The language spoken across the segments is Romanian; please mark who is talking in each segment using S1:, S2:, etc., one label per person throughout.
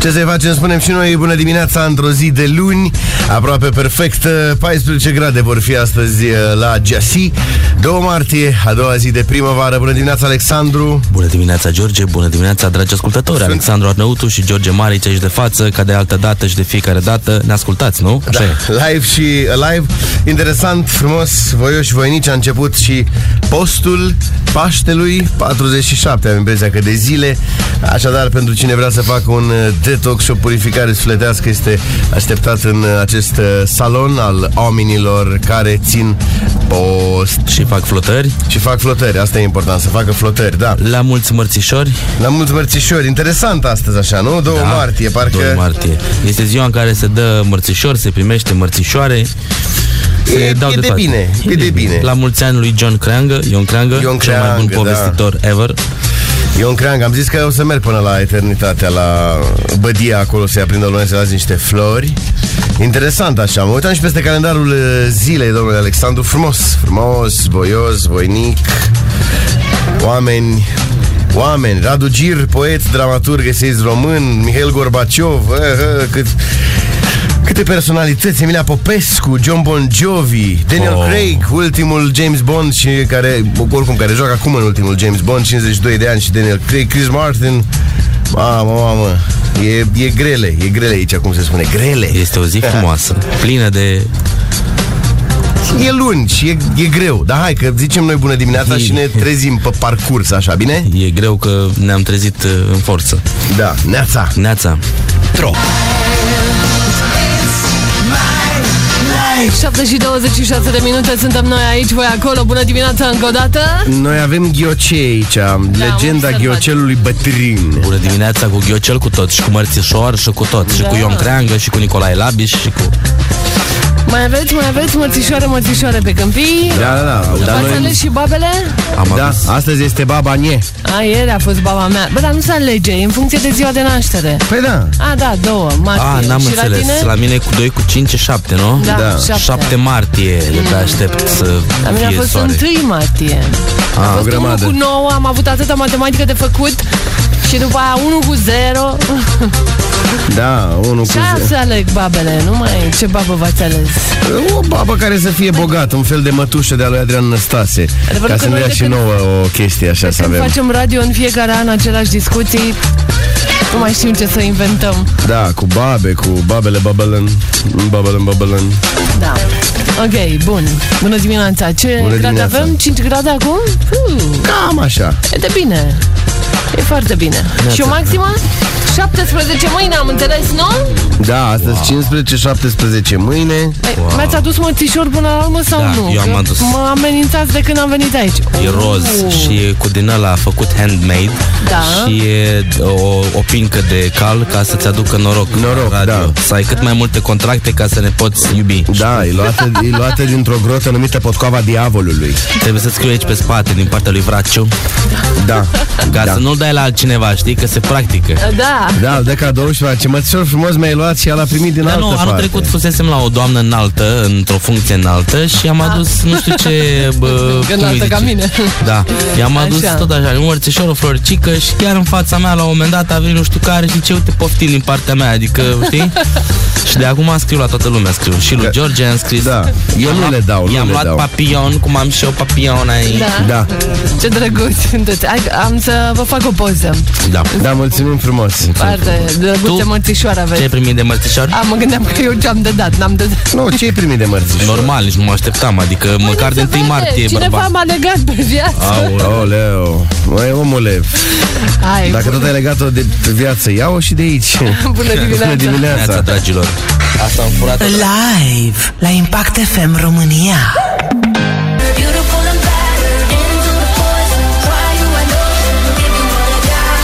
S1: Ce să-i facem, spunem și noi, bună dimineața într-o zi de luni, aproape perfectă, 14 grade vor fi astăzi uh, la Giasi, 2 martie, a doua zi de primăvară. Bună dimineața, Alexandru!
S2: Bună dimineața, George! Bună dimineața, dragi ascultători! Sunt... Alexandru Arnăutu și George Marici aici de față, ca de altă dată și de fiecare dată. Ne ascultați, nu?
S1: Așa da, e. live și uh, live. Interesant, frumos, voioși, voinici a început și postul Paștelui, 47, am impresia că de zile. Așadar, pentru cine vrea să facă un uh, detox și o purificare sufletească este așteptat în uh, acest salon al oamenilor care țin post.
S2: Și fac flotări.
S1: Și fac flotări, asta e important, să facă flotări, da.
S2: La mulți mărțișori.
S1: La mulți mărțișori, interesant astăzi așa, nu? 2 da, martie, parcă... 2
S2: Ah, martie. Este ziua în care se dă mărțișor, se primește mărțișoare.
S1: Se e, dau e de, de bine, e, e de bine.
S2: La mulți ani lui John Creangă, Ion Creangă, Ion Creangă cel mai bun povestitor da. ever.
S1: Ion Creang, am zis că o să merg până la eternitatea, la bădia acolo, să-i aprindă lumea, să las niște flori. Interesant așa, mă uitam și peste calendarul uh, zilei, domnule Alexandru, frumos, frumos, boios, voinic, oameni, oameni, Radu Gir, poet, dramaturg, eseist român, Mihail Gorbaciov, uh, uh, cât... Câte personalități, Emilia Popescu, John Bon Jovi, Daniel oh. Craig, ultimul James Bond și care, oricum, care joacă acum în ultimul James Bond, 52 de ani și Daniel Craig, Chris Martin, mamă, mamă, e, e grele, e grele aici, cum se spune, grele.
S2: Este o zi frumoasă, plină de
S1: E luni și e, e greu, dar hai că zicem noi bună dimineața e, și ne trezim pe parcurs, așa, bine?
S2: E greu că ne-am trezit uh, în forță.
S1: Da, neața.
S2: Neața.
S1: Tro.
S3: 7 și 26 de minute suntem noi aici, voi acolo, bună dimineața încă o dată
S1: Noi avem ghiocei aici, da, legenda ghiocelului bătrin
S2: Bună dimineața cu ghiocel cu tot și cu mărțișor și cu tot da. Și cu Ion Creangă și cu Nicolae Labiș și cu...
S3: Mai aveți, mai aveți mărțișoare, mărțișoare pe câmpii
S1: Da, da, da, da
S3: Ați ales și babele?
S1: Am da, adus. astăzi este baba nie
S3: A, ieri a fost baba mea Bă, dar nu se alege, e în funcție de ziua de naștere
S1: Păi da
S3: A, da, două, martie
S2: A, n-am și înțeles, la, tine? la mine cu 2, cu 5 e 7, nu?
S3: Da, da. 7.
S2: 7 martie mm. Te aștept să
S3: La mine a fost soare. 1 martie A, a fost 1 cu 9, am avut atâta matematică de făcut și după aia 1 cu 0
S1: Da, 1 cu 0
S3: să aleg babele, nu mai ce babă v-ați ales?
S1: O babă care să fie bogată, un fel de mătușă de-a lui Adrian Năstase Adevărat Ca să ne ia și nouă o chestie așa să avem
S3: facem radio în fiecare an același discuții nu mai știm ce să inventăm
S1: Da, cu babe, cu babele babelen Babelen, babelen
S3: Da Ok, bun. Bună dimineața. Ce Bună grade dimineața. avem? 5 grade acum?
S1: Uh. Cam așa.
S3: E de bine. E foarte bine. Neața. Și o maximă? 17 mâine, am înțeles, nu?
S1: Da, astăzi wow. 15-17 mâine.
S3: Wow. Mi-ați adus mățișor până la urmă sau
S2: da,
S3: nu?
S2: eu am adus.
S3: Mă amenințați de când am venit aici.
S2: E oh. roz și e cu din ăla făcut handmade
S3: da.
S2: și e o, o pincă de cal ca să-ți aducă noroc.
S1: Noroc, radio. da.
S2: Să ai cât mai multe contracte ca să ne poți iubi.
S1: Da, e luată, e luată dintr-o grotă numită Potcoava Diavolului.
S2: Trebuie să scriu aici pe spate, din partea lui Vraciu.
S1: Da.
S2: Ca
S1: da.
S2: să nu-l dai la altcineva, știi, că se practică.
S3: Da.
S1: Da, de cadou și face mățișor frumos mi-ai luat și el a primit din da, altă nu,
S2: anul
S1: parte.
S2: trecut fusesem la o doamnă înaltă, într-o funcție înaltă și am adus da. nu știu ce... Bă,
S3: înaltă Ah. ca mine.
S2: Da, i-am adus așa. tot așa, un mărțișor, o floricică și chiar în fața mea la un moment dat a venit nu știu care și ce, uite, poftim din partea mea, adică, știi? și de acum scriu la toată lumea, scriu și lui că... George am scris.
S1: Da, eu nu le dau,
S2: I-am luat
S1: dau.
S2: papion, cum am și eu papion aici.
S3: Da. da. Ce drăguț sunteți. Am să vă fac o poză.
S2: Da.
S1: Da, mulțumim frumos.
S3: Foarte drăguțe mărțișoară aveți.
S2: Ce ai primit de mărțișoară?
S3: A, mă gândeam că eu ce-am de dat, n-am de dat.
S1: Nu, no, ce ai primit de mărțișoară?
S2: Normal, nici nu mă așteptam, adică
S3: Păi
S2: Mâine măcar de 1 martie
S3: Cineva bărbat. m-a legat pe viață.
S1: Aoleu, măi omule,
S2: Ah,
S1: Hai, dacă bun. tot ai legat-o de viață, ia-o și de aici.
S3: Bună dimineața. Bună
S2: dimineața, dragilor. Asta am furat.
S4: Live la Impact FM România. Beautiful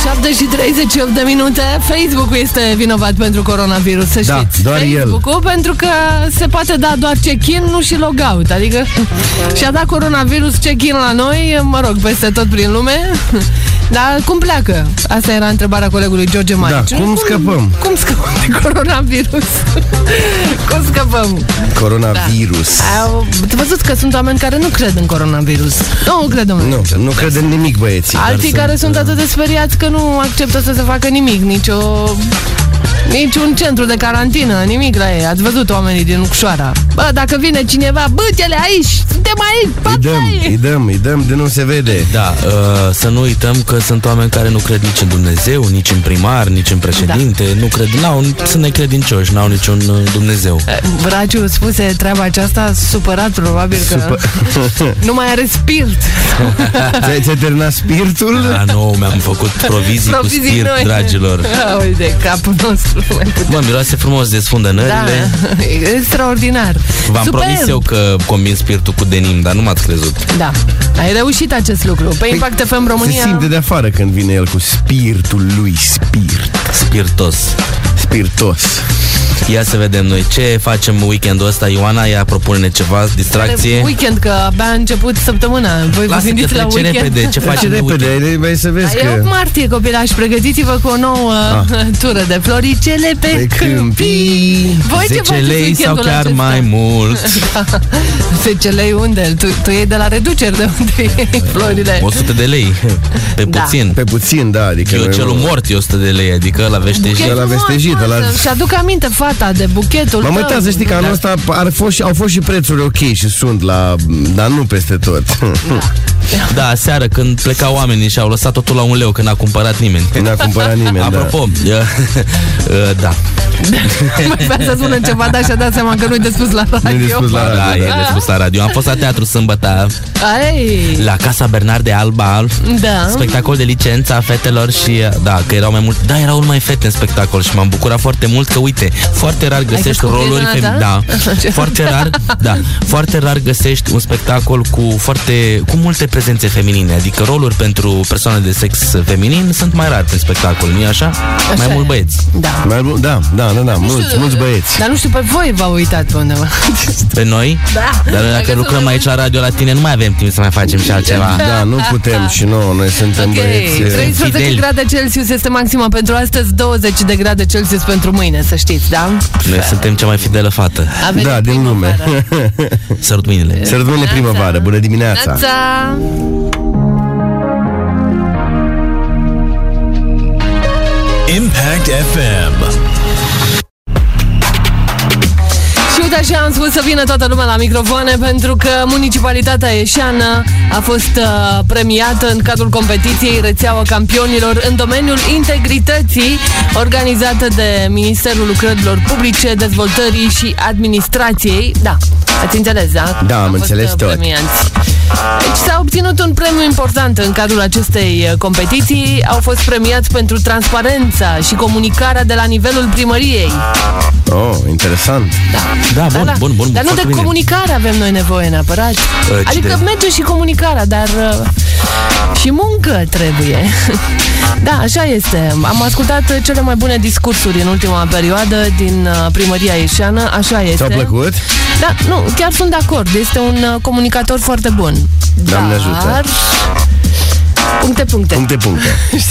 S3: 7 și 38 de minute Facebook-ul este vinovat pentru coronavirus, să
S1: da,
S3: știți
S1: doar
S3: Facebook-ul, el. pentru că se poate da doar check-in, nu și logout Adică și-a dat coronavirus check-in la noi, mă rog, peste tot prin lume Dar cum pleacă? Asta era întrebarea colegului George Marici
S1: da, cum scăpăm?
S3: Cum, cum scăpăm de coronavirus? cum scăpăm?
S1: Coronavirus
S3: da. Au, văzut că sunt oameni care nu cred în coronavirus Nu cred,
S1: Nu, nu cred în nimic, băieții
S2: uh,
S3: Alții care sunt atât de speriați că nu acceptă să se facă nimic, nicio Niciun centru de carantină, nimic la ei. Ați văzut oamenii din Ucșoara. Bă, dacă vine cineva, bâtele aici, suntem aici,
S1: Îi dăm,
S3: papai!
S1: îi dăm, îi dăm de nu se vede.
S2: Da, uh, să nu uităm că sunt oameni care nu cred nici în Dumnezeu, nici în primar, nici în președinte,
S3: Da.
S2: nu cred, n-au, sunt necredincioși, n-au niciun uh, Dumnezeu.
S3: Braciu spuse treaba aceasta supărat, probabil că nu mai are spirit.
S1: Ți-ai, ți-ai terminat
S3: Da.
S1: spiritul?
S2: La nou mi-am făcut provizii cu
S3: Provizii
S2: spirit,
S3: noi.
S2: dragilor.
S3: Auzi de capul nostru.
S2: Mă, miroase frumos, desfundă
S3: Da,
S2: nările.
S3: e extraordinar.
S2: V-am
S3: Superb.
S2: promis eu că combin spiritul cu denim, dar nu m-ați crezut.
S3: Da, ai reușit acest lucru.
S2: Păi
S3: Pe Impact FM România...
S1: Se simte de afară când vine el cu spiritul lui spirit.
S2: Spiritos.
S1: Spiritos.
S3: Păi
S2: Ia să vedem noi ce facem weekendul ăsta. Ioana, ia propune ceva, distracție.
S3: Weekend, că abia a început săptămâna. Voi vă
S2: Lasă că
S3: gândiți la
S2: trece
S3: weekend.
S2: repede. Ce
S1: Face
S2: facem de weekend?
S1: repede, vrei să vezi
S3: da, E 8
S1: că...
S3: martie, copilași, pregătiți-vă cu o nouă tură de floricele pe,
S1: Ah. Pe
S3: câmpii.
S1: câmpii.
S3: Voi ce
S2: 10
S3: faceți
S2: lei sau
S3: weekendul
S2: chiar
S3: acesta?
S2: mai mult.
S3: 10 lei unde? Tu, tu iei de la reduceri de unde iei florile.
S2: 100 de lei. Pe
S3: Da.
S2: puțin.
S1: Pe puțin, da, adică...
S2: Eu
S1: noi-
S2: celul mort e 100 de lei, adică la veșteji.
S1: la vestejit,
S3: frumos,
S1: la-
S3: frumos. Și aduc aminte fata de buchetul
S1: M-am
S3: tău. Da,
S1: uitat să știi că anul ăsta ar fost, și- au fost și prețuri ok și sunt la... Dar nu peste tot.
S2: Da, seară când plecau oamenii și au lăsat totul la un leu, că n-a cumpărat nimeni.
S1: N-a cumpărat nimeni, da.
S2: Apropo, da. da.
S3: Mai vrea să spună ceva, dar și-a dat seama că nu-i de spus la radio.
S1: Nu-i de spus la
S2: Da, da,
S1: radio,
S2: e de spus la radio. Am fost la teatru sâmbătă,
S3: Ai,
S2: la Casa Bernard de Alba,
S3: da.
S2: Ah. spectacol de licență a fetelor și da, că erau mai mult, da, erau mai fete în spectacol și m-am bucurat foarte mult că uite, foarte rar găsești
S3: fost cu
S2: roluri
S3: prietena
S2: femei. Da,
S3: ta? Ce-
S2: foarte rar, da, foarte rar găsești un spectacol cu foarte cu multe prezențe feminine, adică roluri pentru persoane de sex feminin sunt mai rar prin spectacol, nu așa? așa? Mai
S3: e.
S2: mult băieți.
S3: Da.
S1: Mai bun, da, da, da, da, mulți, mulți băieți.
S3: Dar nu știu, pe voi v-au uitat pe undeva.
S2: Pe noi?
S3: Da.
S2: Dar noi dacă
S3: Dacă
S2: lucrăm
S3: sunt-
S2: aici la radio la tine, nu mai avem timp să mai facem și altceva.
S1: Da, nu putem și nouă, noi suntem
S3: Ok,
S1: băieți. eh,
S3: 13
S2: fideli.
S3: grade Celsius este maxima pentru astăzi, 20 de grade Celsius pentru mâine, să știți, da?
S2: Noi suntem cea mai fidelă fată.
S3: A venit
S1: Da, din lume.
S3: primăvara.
S2: Sărut
S3: Da.
S2: mâinile.
S1: Se rămâne primăvară, bună dimineața!
S3: Neața!
S5: Impact FM.
S3: Și uite așa am spus să vină toată lumea la microfoane pentru că municipalitatea ieșeană a fost uh, premiată în cadrul competiției Rețeaua Campionilor în domeniul integrității organizată de Ministerul Lucrărilor Publice, Dezvoltării și Administrației. Da, ați înțeles, da?
S1: Da, am
S3: Au fost,
S1: înțeles
S3: uh,
S1: tot.
S3: premianți. Deci s-a obținut un premiu important în cadrul acestei uh, competiții. Au fost premiați pentru transparența și comunicarea de la nivelul primăriei.
S1: Oh, interesant!
S2: Da,
S3: Da,
S2: bun,
S3: da.
S2: bun, bun. bun
S3: Dar nu
S2: foarte
S3: de
S2: bine. Ă,
S3: comunicare avem noi nevoie neapărat.
S2: ci
S3: adică
S2: de-
S3: merge și comunicarea, dar uh, și muncă trebuie. da, așa este. Am ascultat uh, cele mai bune discursuri în ultima perioadă din uh, primăria ieșeană, așa este.
S1: Ți-a plăcut?
S3: Da, nu, chiar sunt de acord. Este un uh, comunicator foarte bun.
S1: Doamne
S3: dar...
S1: ajută.
S3: Puncte, puncte.
S1: Puncte, puncte.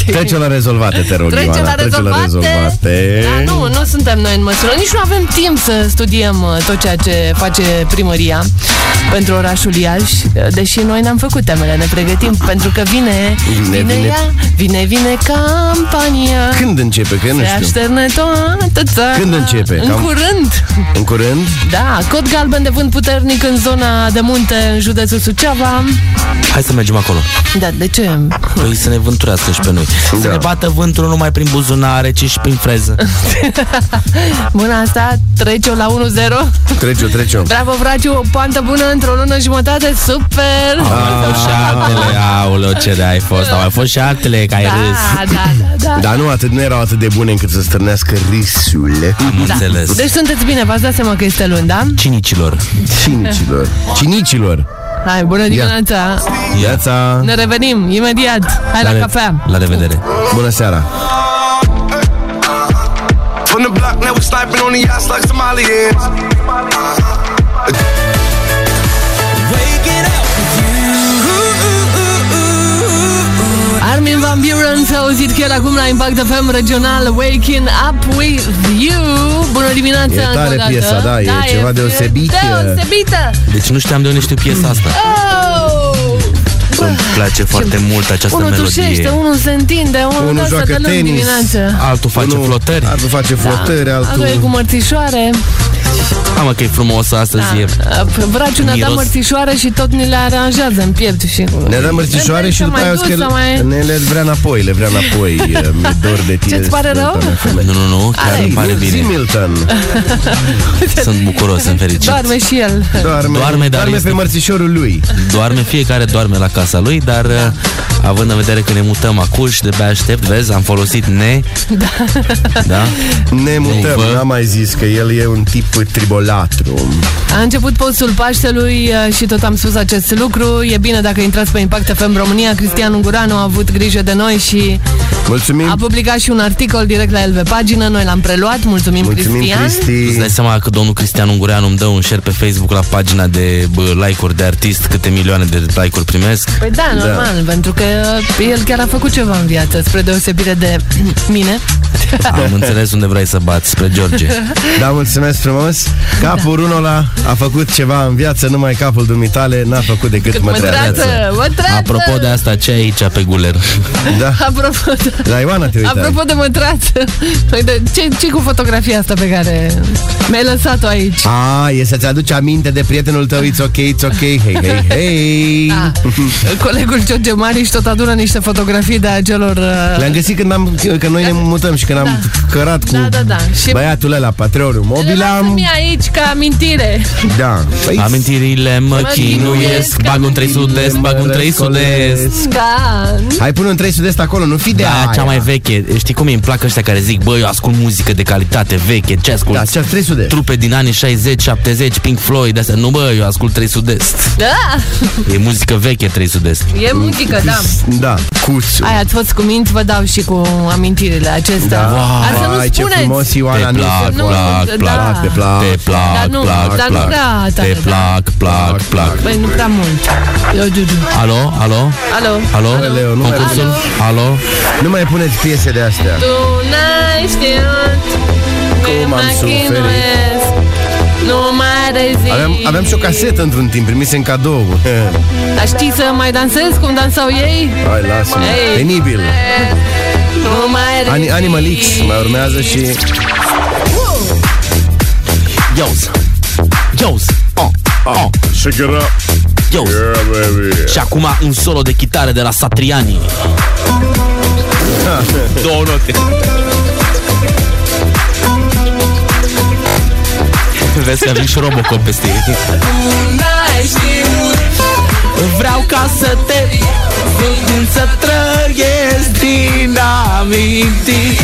S1: Trece la rezolvate, te rog,
S3: Trece
S1: Ioana.
S3: la rezolvate.
S1: rezolvate.
S3: Da, nu, nu suntem noi în măsură. Nici nu avem timp să studiem uh, tot ceea ce face primăria pentru orașul Iași, uh, deși noi ne-am făcut temele, ne pregătim, pentru că vine,
S1: Vine, vine.
S3: ea, vine, vine campania.
S1: Când începe? Că eu nu
S3: Se
S1: știu.
S3: așterne toată țara.
S1: Când începe?
S3: În
S1: Cam-
S3: curând.
S1: În curând?
S3: Da, cod galben de vânt puternic în zona de munte, în județul Suceava.
S2: Hai să mergem acolo.
S3: Da, de ce?
S2: Păi să ne vânturească și pe noi. Să
S1: Da.
S2: ne bată vântul nu numai prin buzunare, ci și prin freză.
S3: Mâna asta trece la 1-0.
S1: Trece-o, trece-o.
S3: Bravo, Vraciu, o pantă bună într-o lună jumătate, super!
S2: Au fost și altele, aoleo, ce de ai fost. Au mai fost și altele, că ai
S3: Da,
S2: râs.
S3: da, da, da.
S1: Dar nu, atât, nu erau atât de bune încât să stârnească râsul
S2: Am înțeles.
S3: Deci sunteți bine, v-ați dat seama că este luni, da?
S2: Cinicilor.
S1: cinicilor. Cinicilor.
S3: Hai, bună dimineața!
S1: Iața,
S3: Ne revenim imediat! Hai la
S2: re-
S3: cafea!
S2: La revedere.
S1: bună seara.
S6: From the block, now we sniping on the yachts like Somalians.
S3: Armin Van Buren s-a auzit chiar acum la Impact FM regional Waking Up With You Bună dimineața
S1: E
S3: încă
S1: tare
S3: o dată.
S1: piesa, da, e ceva deosebit.
S3: Deosebită!
S2: Deci nu știam de unde știu piesa asta.
S3: Oh!
S2: Îmi place foarte mult această
S3: unul
S2: melodie.
S3: tușește, unul se întinde, unul,
S1: Unul
S3: dansează
S1: joacă
S3: de luni
S1: tenis.
S3: dimineață.
S2: Altul face
S1: Unul-
S2: flotări.
S1: Altul face flotări,
S3: Altul e
S1: altul...
S3: cu mărțișoare.
S2: Am mă că e frumos astăzi.
S3: Da.
S2: E.
S3: Braciuna ta
S2: Miros.
S3: mărțișoare și tot ne le aranjează în piept și...
S1: Ne dă mărțișoare
S3: Vezi
S1: și
S3: că
S1: după
S3: mai
S1: aia o
S3: dus,
S1: scăl...
S3: sau mai-
S1: Ne le vrea înapoi, le vrea înapoi. Mi-e dor de tine.
S3: Ce-ți pare rău?
S1: doamna femeie.
S2: Nu, nu, nu, chiar
S3: Ai,
S2: îmi pare
S1: Zi,
S2: bine.
S1: Milton.
S2: Sunt bucuros, sunt fericit.
S3: Doarme și el.
S1: Doarme,
S2: Doarme, dar
S1: doarme
S2: este-
S1: pe mărțișorul lui.
S2: Doarme, fiecare doarme la casa lui, dar da. având în vedere că ne mutăm acuși, de pe aștept, vezi, am folosit ne. Da. da?
S1: Ne mutăm,
S2: vă-
S1: n-am mai zis că el e un tip tribolatru.
S3: A început postul Paștelui uh, și tot am spus acest lucru. E bine dacă intrați pe Impact FM România. Cristian Unguranu a avut grijă de noi și
S1: Mulțumim.
S3: a publicat și un articol direct la el pe pagină. Noi l-am preluat. Mulțumim,
S1: Mulțumim,
S3: Cristian.
S2: Îți
S1: Cristi.
S2: dai seama că domnul Cristian Ungureanu îmi dă un share pe Facebook la pagina de bă, like-uri de artist, câte milioane de like-uri primesc.
S3: Păi da, normal, da. pentru că el chiar a făcut ceva în viață, spre deosebire de mine.
S2: Am înțeles unde vrei să bați, spre George.
S1: Da, mulțumesc frumos.
S3: Da.
S1: Capul Runola a făcut ceva în viață, numai capul dumitale n-a făcut decât
S3: Mă
S1: mătreață.
S3: trată, mă trată!
S2: Apropo de asta, ce ai aici pe guler?
S1: Da.
S3: Apropo de...
S1: La Ioana te uitai.
S3: Apropo de mătrață, uite, ce, ce cu fotografia asta pe care mi-ai lăsat-o aici?
S1: A, e să-ți aduci aminte de prietenul tău It's ok, it's ok, hei, hei, hei
S3: Da. Colegul George Mariș tot adună niște fotografii de acelor... uh,
S1: Le-am găsit când, am, când noi ne mutăm și când am cărat cu
S3: Da, da, da. Și-
S1: băiatul ăla, patronul mobil am...
S3: Lasă-mi aici ca amintire
S1: Da. Păi,
S2: Amintirile mă
S3: chinuiesc,
S2: chinuiesc, bag un 300, bag un
S1: mă
S2: 300.
S1: răscolesc.
S3: Da
S1: Hai pune un 300 de acolo, nu fi de
S2: Da,
S1: aia.
S2: cea mai veche. Știi cum îmi plac ăștia care zic, băi, eu ascult muzică de calitate veche, ce ascult?
S1: Da, cea 300.
S2: Trupe din anii 60, 70, Pink Floyd, astea. Nu, bă, eu ascult 3 sud-est.
S3: Da,
S2: E muzică veche 3 sud-est.
S3: e muzică, da
S1: Da, cuțu.
S3: Aia, ați fost cu minți, vă dau și cu amintirile acestea Dar să
S1: Vai,
S3: nu
S1: Da. ce
S3: spuneți
S1: frumos Ioana
S2: Te
S1: nu
S2: plac,
S1: se
S3: nu,
S2: plac,
S3: da.
S2: plac,
S1: Te plac.
S2: Te
S3: Dar
S2: plac,
S3: nu,
S2: plac,
S3: dar nu
S2: plac.
S3: prea tare,
S2: Te
S3: da.
S2: plac, plac, plac.
S3: Băi, nu prea mult Eu, Giugiu
S2: Alo, alo,
S3: Alo
S2: alo,
S1: Leo, nu mai
S2: concursul, alo,
S1: Nu mai puneți piese de astea.
S3: Tu n-ai știut
S1: Cum
S3: mă
S1: am suferit.
S3: chinuiesc, Nu mai rezist
S1: Aveam, aveam și o casetă într-un timp, primise în cadou.
S3: Dar știi să mai dansez cum dansau ei?
S1: Hai, lasă-mă.
S3: Ei.
S1: Penibil.
S3: Nu mai rezist
S1: Ani- Animal X mai urmează și...
S2: Yoz, Yoz, oh, oh,
S7: Shake it up,
S2: Yoz.
S7: Ah, yeah, baby.
S2: Și acum un solo de chitare de la Satriani. Două note. Vezi că vin și Robocop peste ei. Vreau ca să te vând Să trăiesc din amintiri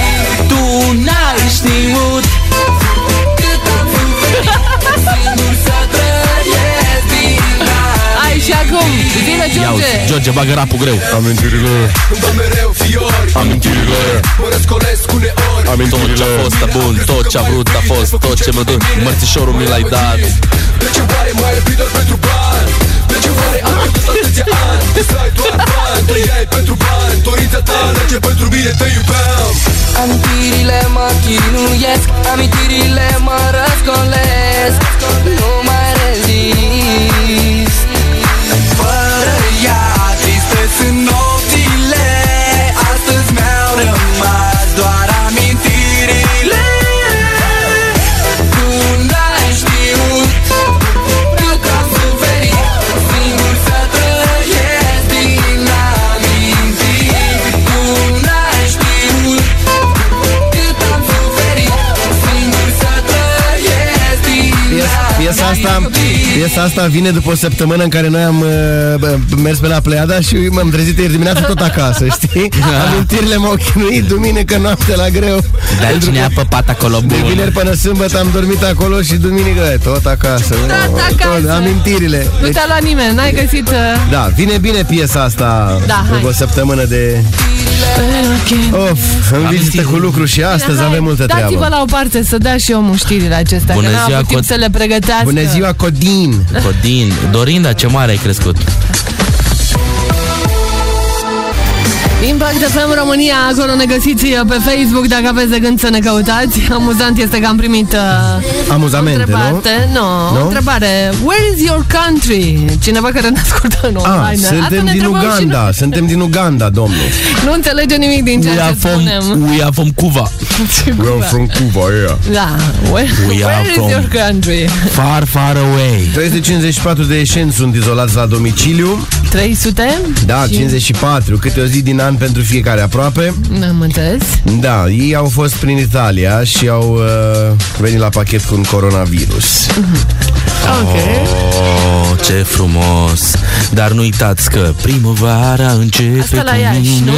S2: Tu n-ai știut
S3: Ai și acum, zile
S2: Ia uite,
S3: George
S2: George, bagă rapul greu
S1: Amintirile.
S2: Tot ce a fost a bun, tot ce a vrut a fost Tot ce mă duc, mărțișorul mi l-ai dat
S8: Amintirile mă chinuiesc Amintirile mă răscolesc Nu mai rezist Fără ea triste sunt nopțile Astăzi mi-au rămas doar amintirile Tu n-ai știut Tu că am suferit Singur să trăiesc din amintiri Tu n-ai știut cât am suferit Singur să trăiesc din
S1: Piesa asta, piesa asta vine după o săptămână în care noi am uh, bă, mers pe la Pleiada și m-am trezit ieri dimineața tot acasă, știi?
S2: Da.
S1: Amintirile m-au chinuit duminică noapte la greu.
S2: Dar
S1: Pentru
S2: cine
S1: că
S2: a păpat acolo
S1: De
S2: bun?
S1: vineri până sâmbătă am dormit acolo și duminică e, tot acasă.
S3: Tot acasă.
S1: amintirile.
S3: Nu
S1: Deci,
S3: te-a luat nimeni, n-ai găsit uh,
S1: da, vine bine piesa asta
S3: Da, hai.
S1: după o săptămână de... Of, în vizită cu lucru și astăzi
S3: Hai,
S1: avem multă
S3: Dați-vă
S1: treabă.
S3: la o parte să dea și omul știrile acestea
S2: Bună
S3: Că n-a
S2: ziua,
S3: avut timp
S2: Cot-
S3: să le pregătească
S1: Bună ziua, Codin!
S3: Da,
S2: Codin, Dorinda, ce mare ai crescut
S3: Impact FM România, acolo ne găsiți uh, pe Facebook dacă aveți de gând să ne căutați. Amuzant este că am primit uh,
S1: amuzamente,
S3: întrebate, nu? No, no? O întrebare. Where is your country? Cineva care ne ascultă în online.
S1: Ah, suntem din Uganda, nu... suntem din Uganda, domnule.
S3: Nu înțelege nimic din ceea ce
S2: from,
S3: spunem.
S2: We are from Cuba.
S1: we are from Cuba, yeah.
S3: Da. Where, we where is your country?
S2: Far, far away.
S1: 354 de ieșeni sunt izolați la domiciliu.
S3: 300?
S1: Da, 54. Câte o zi din an pentru fiecare aproape.
S3: Am înțeles.
S1: Da, ei au fost prin Italia și au uh, venit la pachet cu un coronavirus.
S3: ok.
S2: Oh, ce frumos! Dar nu uitați că primăvara începe
S3: Asta la Iași, nu?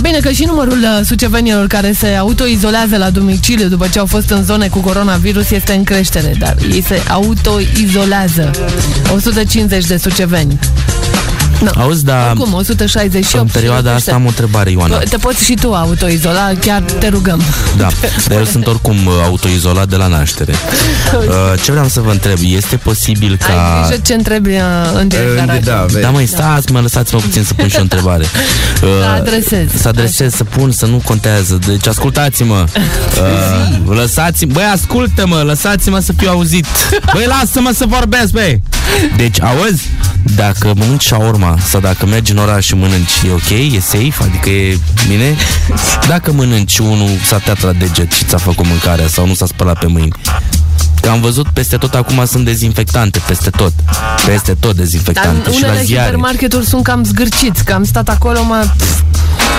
S3: Bine că și numărul sucevenilor care se autoizolează la domiciliu după ce au fost în zone cu coronavirus este în creștere, dar ei se autoizolează. 150 de suceveni.
S2: No. Auzi, da,
S3: Oricum, 168
S2: în perioada asta am o întrebare, Ioana.
S3: Te poți și tu autoizola, chiar te rugăm.
S2: Da, dar eu sunt oricum autoizolat de la naștere. Uh, Ce vreau să vă întreb, este posibil ca...
S3: Ai grijă ce întrebi uh, în
S1: da, da,
S2: da, măi, stați, mă, lăsați-mă puțin să pun și o întrebare. Uh,
S3: Să adresez.
S2: Să adresez, Așa. să pun, să nu contează. Deci, ascultați-mă. Lăsați-mă, băi, ascultă-mă, lăsați-mă să fiu auzit. Băi, lasă-mă să vorbesc, băi. Deci, auzi? Dacă mănânci urma sau dacă mergi în oraș și mănânci, e ok, e safe, adică e bine. Dacă mănânci, unul s-a tăiat la deget și ți-a făcut mâncarea sau nu s-a spălat pe mâini. Că am văzut peste tot acum sunt dezinfectante, peste tot. Peste tot dezinfectante Dar și la ziare.
S3: supermarketuri sunt cam zgârciți, că am stat acolo, mă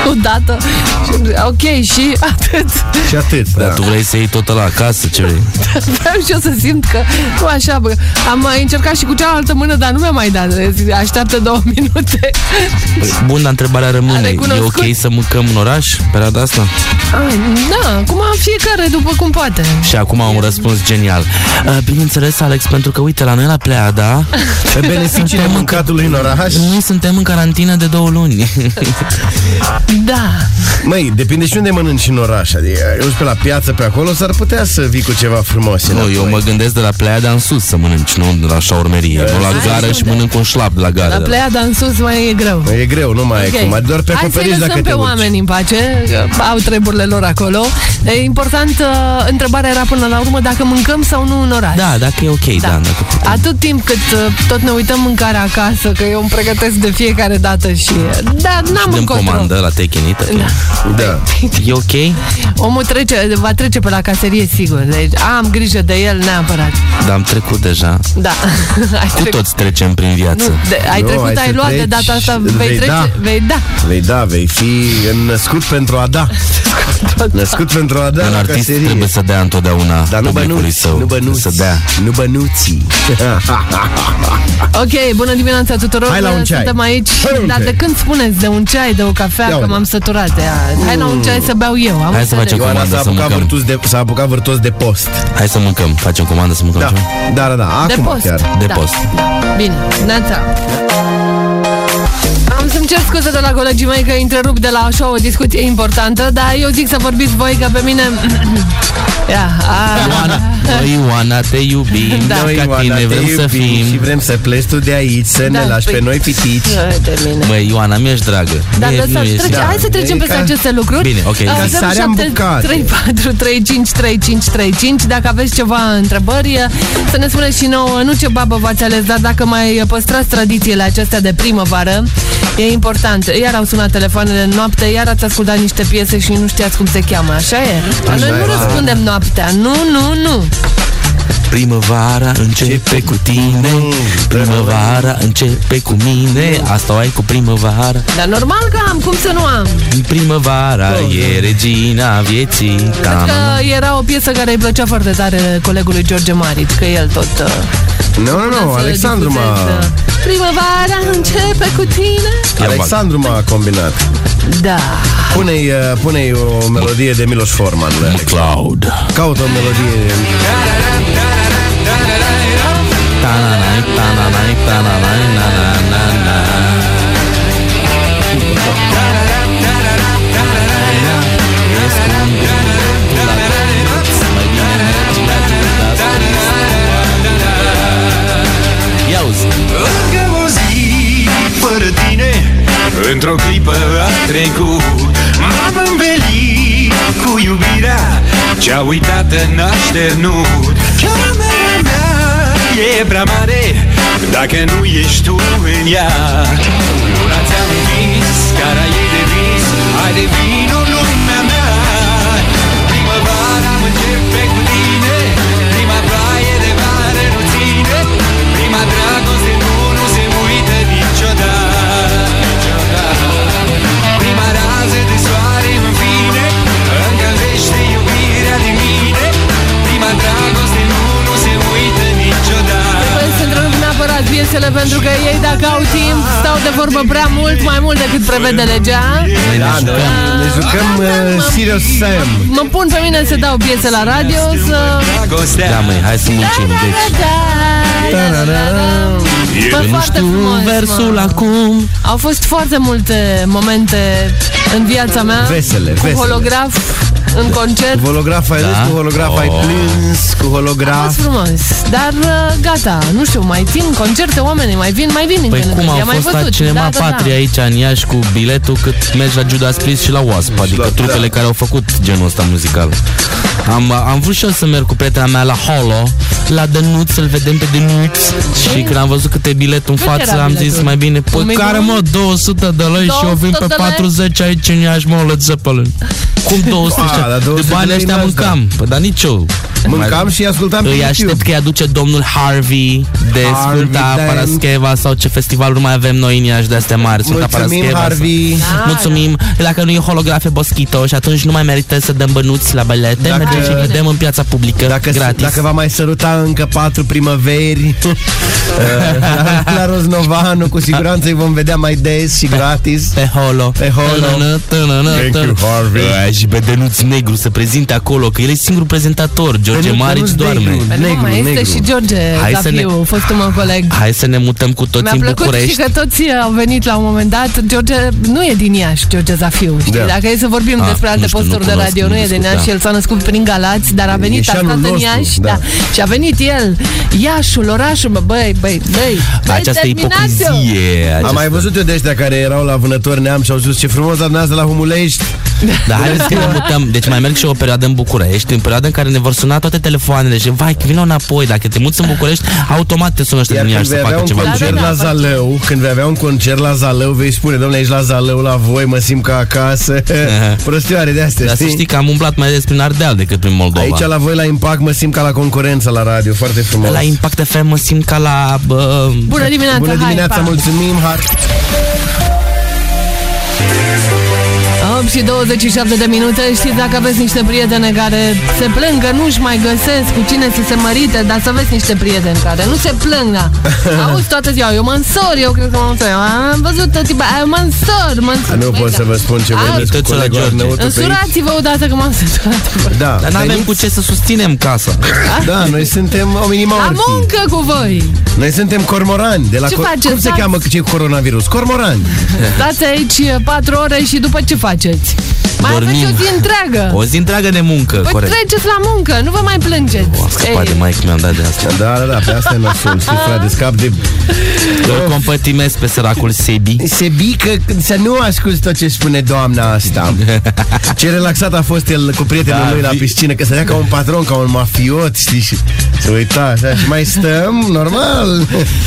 S3: o dată Ok, și atât
S1: Și atât, da.
S2: Dar tu vrei să iei tot la acasă, ce vrei?
S3: Vreau și eu să simt că nu așa bă. Am încercat și cu cealaltă mână Dar nu mi-a mai dat Așteaptă două minute
S2: Bun, dar întrebarea rămâne E ok să mâncăm în oraș perioada asta?
S3: A, da, acum fiecare după cum poate
S2: Și acum am un răspuns genial Uh, Bineînțeles, Alex, pentru că uite, la noi la Pleada
S1: Pe beneficiile mâncatului în oraș
S2: Noi suntem în carantină de două luni
S3: Da.
S1: Măi, depinde și unde mănânci în oraș. Adică, eu pe la piață, pe acolo, s-ar putea să vii cu ceva frumos. da.
S2: Nu,
S1: înapoi.
S2: eu mă gândesc de la Pleiada în sus să mănânci, nu de la șaurmerie. Nu la gară și mănânc un șlap de la gară.
S3: La Pleiada în sus mai e greu.
S1: E greu, nu mai okay. e Da. cum. Doar pe
S3: Hai
S1: acoperiș dacă
S3: pe
S1: te
S3: oameni în pace. Au treburile lor acolo. E important, uh, întrebarea era până la urmă dacă mâncăm sau nu în oraș.
S2: Da, dacă e ok, da. da dacă
S3: putem. Atât timp cât uh, tot ne uităm mâncarea acasă, că eu îmi pregătesc de fiecare dată și... Da, n-am încotro.
S2: comandă la take it,
S1: da. da.
S2: E ok?
S3: Omul trece, va trece pe la caserie, sigur. Deci am grijă de el neapărat.
S2: Dar am trecut deja.
S3: Da.
S2: ai Cu trecut. toți trecem prin viață. Nu,
S3: de, ai no, trecut, ai, ai luat treci, de data asta. Vei, vei, trece, da. vei da.
S1: Vei da, vei fi născut pentru a da. născut pentru a da
S2: Un artist caserie. trebuie să dea întotdeauna
S1: Dar nu bănuți,
S2: său,
S1: nu bănuți,
S2: să dea.
S1: nu bănuții.
S3: ok, bună dimineața tuturor. uh,
S1: Hai la un ceai.
S3: Suntem aici. Hai Dar de când spuneți de un ceai, de o cafea, Ia că m-am săturat. Hai la un ceai să beau eu. Am
S2: Hai să facem
S1: Ioana
S2: comandă
S1: s-a
S2: să
S1: apucat,
S2: mâncăm.
S1: vârtos de, s-a apucat vârtos de post.
S2: Hai să mâncăm. Facem comandă să mâncăm
S1: Da,
S2: ceva?
S1: da, da, da.
S3: De
S1: acum
S3: post.
S1: chiar.
S2: De
S3: Da.
S2: post.
S3: Bine, Nața. Am să-mi cer scuze de la colegii mei că întrerup de la așa o discuție importantă, dar eu zic să vorbiți voi că pe mine... Ia, a,
S2: Ioana, noi Ioana te iubim,
S3: Da.
S2: da. noi ca
S1: Ioana,
S2: tine
S1: te
S2: vrem să
S1: iubim Și
S2: fim.
S1: vrem să pleci tu de aici, să
S3: Da,
S1: ne lași
S3: păi-
S1: pe noi pitici.
S3: de mine.
S2: Măi, Ioana, mi-ești dragă.
S3: Dar
S2: Mie- nu
S3: lăsați,
S2: ești-
S3: trece,
S1: da.
S3: hai să trecem
S1: E
S3: peste
S1: ca-
S3: acestea lucruri.
S2: Bine, ok.
S3: Uh,
S2: Ca
S1: sarea în
S3: 07
S1: bucate.
S3: 34 35 35 35. Dacă aveți ceva întrebări, uh, să ne spuneți și nouă, nu ce babă v-ați ales, dar dacă mai uh, păstrați tradițiile acestea de primăvară, e important. Iar au sunat telefoanele în noapte, iar ați ascultat niște piese și nu știați cum se cheamă, așa e? Dar Noi nu răspundem noaptea, nu, nu, nu.
S2: Primăvara începe cu tine Primăvara începe cu mine Asta o ai cu primăvara
S3: Dar normal că am, cum să nu am?
S2: Primăvara e regina vieții ta,
S3: Că era o piesă care îi plăcea foarte tare colegului George Maric, că el tot... uh,
S1: Nu, nu, nu,
S3: Să
S1: Oh, Alexandru m-a...
S3: difuzez, da. Primăvara începe cu tine
S2: Ia
S1: Alexandru m-a combinat.
S3: Da
S1: Pune-i, uh, pune-i o melodie de Miloș Forman. uh, Alex.
S2: Cloud
S1: Caută o melodie.
S2: Tananai, tananai, tananai, na, na, na, na. Ia uzi.
S5: Încă o zi fără tine Într-o clipă
S7: iubirea Ce-a uitat în așternut Camera mea e prea mare Dacă nu ești tu în ea Una ți-am vis, cara e de vis Hai de vino lumea mea Primăvara începe cu tine Prima ploaie de vară nu ține Prima dragoste nu, nu se uită niciodată Prima rază de soare în fine Încălzește iubirea din mine Prima dragoste nu, nu se uită niciodată
S3: Păi să întrerup neapărat piesele pentru că ei dacă au timp stau de vorbă prea mult, mai mult decât prevede legea.
S1: Da, da, ne jucăm uh, Serious Sam.
S3: Mă pun pe mine să dau piese la radio, să...
S7: Dragostea
S2: Da, măi, hai să muncim. Deci,
S3: Da, da, da, da, da. Bă,
S2: eu nu
S3: foarte
S2: știu
S3: frumos,
S2: versul
S3: mă.
S2: acum.
S3: Au fost foarte multe momente în viața mea
S1: Vesele,
S3: Cu
S1: vesele.
S3: holograf în concert
S1: Cu holograf ai
S2: Da?
S1: râs, cu holograf ai
S2: Oh.
S1: plâns, cu
S3: A
S1: holograf...
S3: fost frumos, dar uh, gata, nu știu, mai țin concerte, oamenii mai vin, mai vin din
S2: Păi
S3: când în
S2: cum
S3: când,
S2: au
S3: i-am mai
S2: fost la
S3: văzut. da,
S2: Cinema Patria aici în Iași cu biletul cât mergi la Judas Priest și la Wasp, adică trupele care au făcut genul ăsta muzical. Am, am vrut și eu să merg cu prietena mea la Holo, la The Nuts, să-l vedem pe The Nuts și când am văzut câte bilet în
S3: Cât
S2: față,
S3: era
S2: am
S3: biletul?
S2: zis mai bine,
S3: Un
S2: păi
S3: milion?
S2: care mă, 200 de lei și eu vin
S3: 200
S2: pe
S3: de lei?
S2: 40 aici în Iași, mă, Led Zeppelin. Cum 200?
S1: Ba, dar
S2: de
S1: 200 de
S2: bani
S1: lei
S2: ăștia
S1: n-ați dat.
S2: mâncam, păi, dar nici eu.
S1: Mâncam și ascultam pe
S2: Îi
S1: YouTube.
S2: aștept că îi aduce domnul Harvey de
S1: Harvey
S2: Sfânta
S1: Dent.
S2: Parascheva sau ce festivaluri mai avem noi în Iași de astea mari. Sfânta
S1: Mulțumim,
S2: Parascheva.
S1: Harvey.
S2: Sau... Mulțumim. Dacă nu e holografe Boschito și atunci nu mai merită să dăm bănuți la balete,
S1: Dacă-
S2: mergem și vedem în piața publică
S1: Dacă,
S2: gratis.
S1: dacă va mai săruta încă patru primăveri eh, la- La Roznovanu Cu siguranță îi vom vedea mai des și gratis
S2: pe holo.
S1: Pe holo.
S2: Tână, tână, tână,
S1: Thank
S2: tână.
S1: you, Harvey.
S2: Ua, Și pe Denuț Negru se prezinte acolo, că el e singurul prezentator. George
S1: Denuț
S2: Marici
S1: Negru.
S2: doarme.
S3: Negru,
S1: Negru,
S3: Păi mai este
S1: negru.
S3: și George
S2: Hai să
S3: Zafiu, ne... fostul meu coleg.
S2: Hai să ne mutăm cu toți
S3: Mi-a
S2: în
S3: plăcut
S2: București.
S3: și că toți au venit la un moment dat. George nu e din Iași, George Zafiu. Știi?
S1: Da.
S3: Dacă e să vorbim
S2: A,
S3: despre alte
S2: nu știu, nu
S3: posturi de
S2: cunosc,
S3: radio, nu,
S2: nu
S3: e din
S2: discut,
S3: Iași,
S2: da.
S3: el s-a născut prin Galați, dar a venit, a
S1: Ieșeanul
S3: stat în
S1: nostru,
S3: Iași.
S1: da.
S3: Da. Și a venit el, Iașul, orașul, bă, băi, băi, băi. băi,
S2: Această
S3: terminați-o!
S2: ipocrizie.
S1: Am
S2: această-
S1: mai văzut eu de ăștia care erau la vânători neam și au zis ce frumos la dumneavoastră la Humulești.
S2: Dar haideți Da, să ne mutăm. Deci mai merg și eu o perioadă în București, în perioada în care ne vor suna toate telefoanele și vai, vino înapoi, dacă te muți în București, automat te sună ăștia
S1: Iar
S2: din
S1: când
S2: Iași
S1: vei
S2: să
S1: avea
S2: facă
S1: un
S2: ceva. cu
S1: concert
S2: tine.
S1: la
S3: Da, da, da,
S1: Zalău, când vei avea un concert la Zalău, vei spune, domnule, ești la Zalău la voi, mă simt ca acasă. Prostioare de astea,
S2: Dar să știi
S1: știi?
S2: că am umblat mai des prin Ardeal decât prin Moldova.
S1: Aici la voi la Impact mă simt ca la concurență la radio, foarte frumos.
S2: la Impact FM mă simt ca la... Bă,
S3: Bună dimineața,
S1: Bună
S3: hai,
S1: dimineața,
S3: pa.
S1: mulțumim, har.
S3: 8 și 27 de minute Știți dacă aveți niște prietene care se plâng că nu-și mai găsesc cu cine să se mărite Dar să aveți niște prieteni care nu se plâng da. Auzi toată ziua, eu mă însor, eu cred că mă însor Eu Am văzut tot tipa, eu mă însor, mă însor
S1: Nu
S3: Băi,
S1: pot
S3: da.
S1: să vă spun ce
S3: A,
S1: vorbesc cu
S2: tățul la
S1: colegul
S2: George.
S1: Arnăutu pe aici.
S3: Însurați-vă odată că m-am săturat
S1: Da,
S2: dar n-avem
S1: veniți.
S2: cu ce să susținem casa.
S1: Da, noi suntem o minimă
S3: La
S1: orfi.
S3: muncă cu voi
S1: Noi suntem cormorani. De la
S3: Ce
S1: cor-
S3: faceți?
S1: Cum se
S3: Stați?
S1: cheamă ce coronavirus? Cormorani.
S3: Stați aici 4 ore și după ce faceți? Mai
S2: Dormim.
S3: aveți o zi întreagă
S2: O zi întreagă de muncă,
S3: Păi
S2: corect.
S3: treceți la muncă, nu vă mai plângeți
S2: Am scăpat de
S3: Ei,
S2: mai mi-am dat de asta.
S1: Da, da, da, pe asta e nasul. Știi, frate, scap de...
S2: Eu compătimesc pe săracul Sebi.
S1: Se bică când să nu asculti tot ce spune doamna asta. Ce relaxat a fost el cu prietenul
S2: Da,
S1: lui la
S2: vi-
S1: piscină, că stătea ca un patron, ca un mafiot, știi, și se uita așa și mai stăm, normal.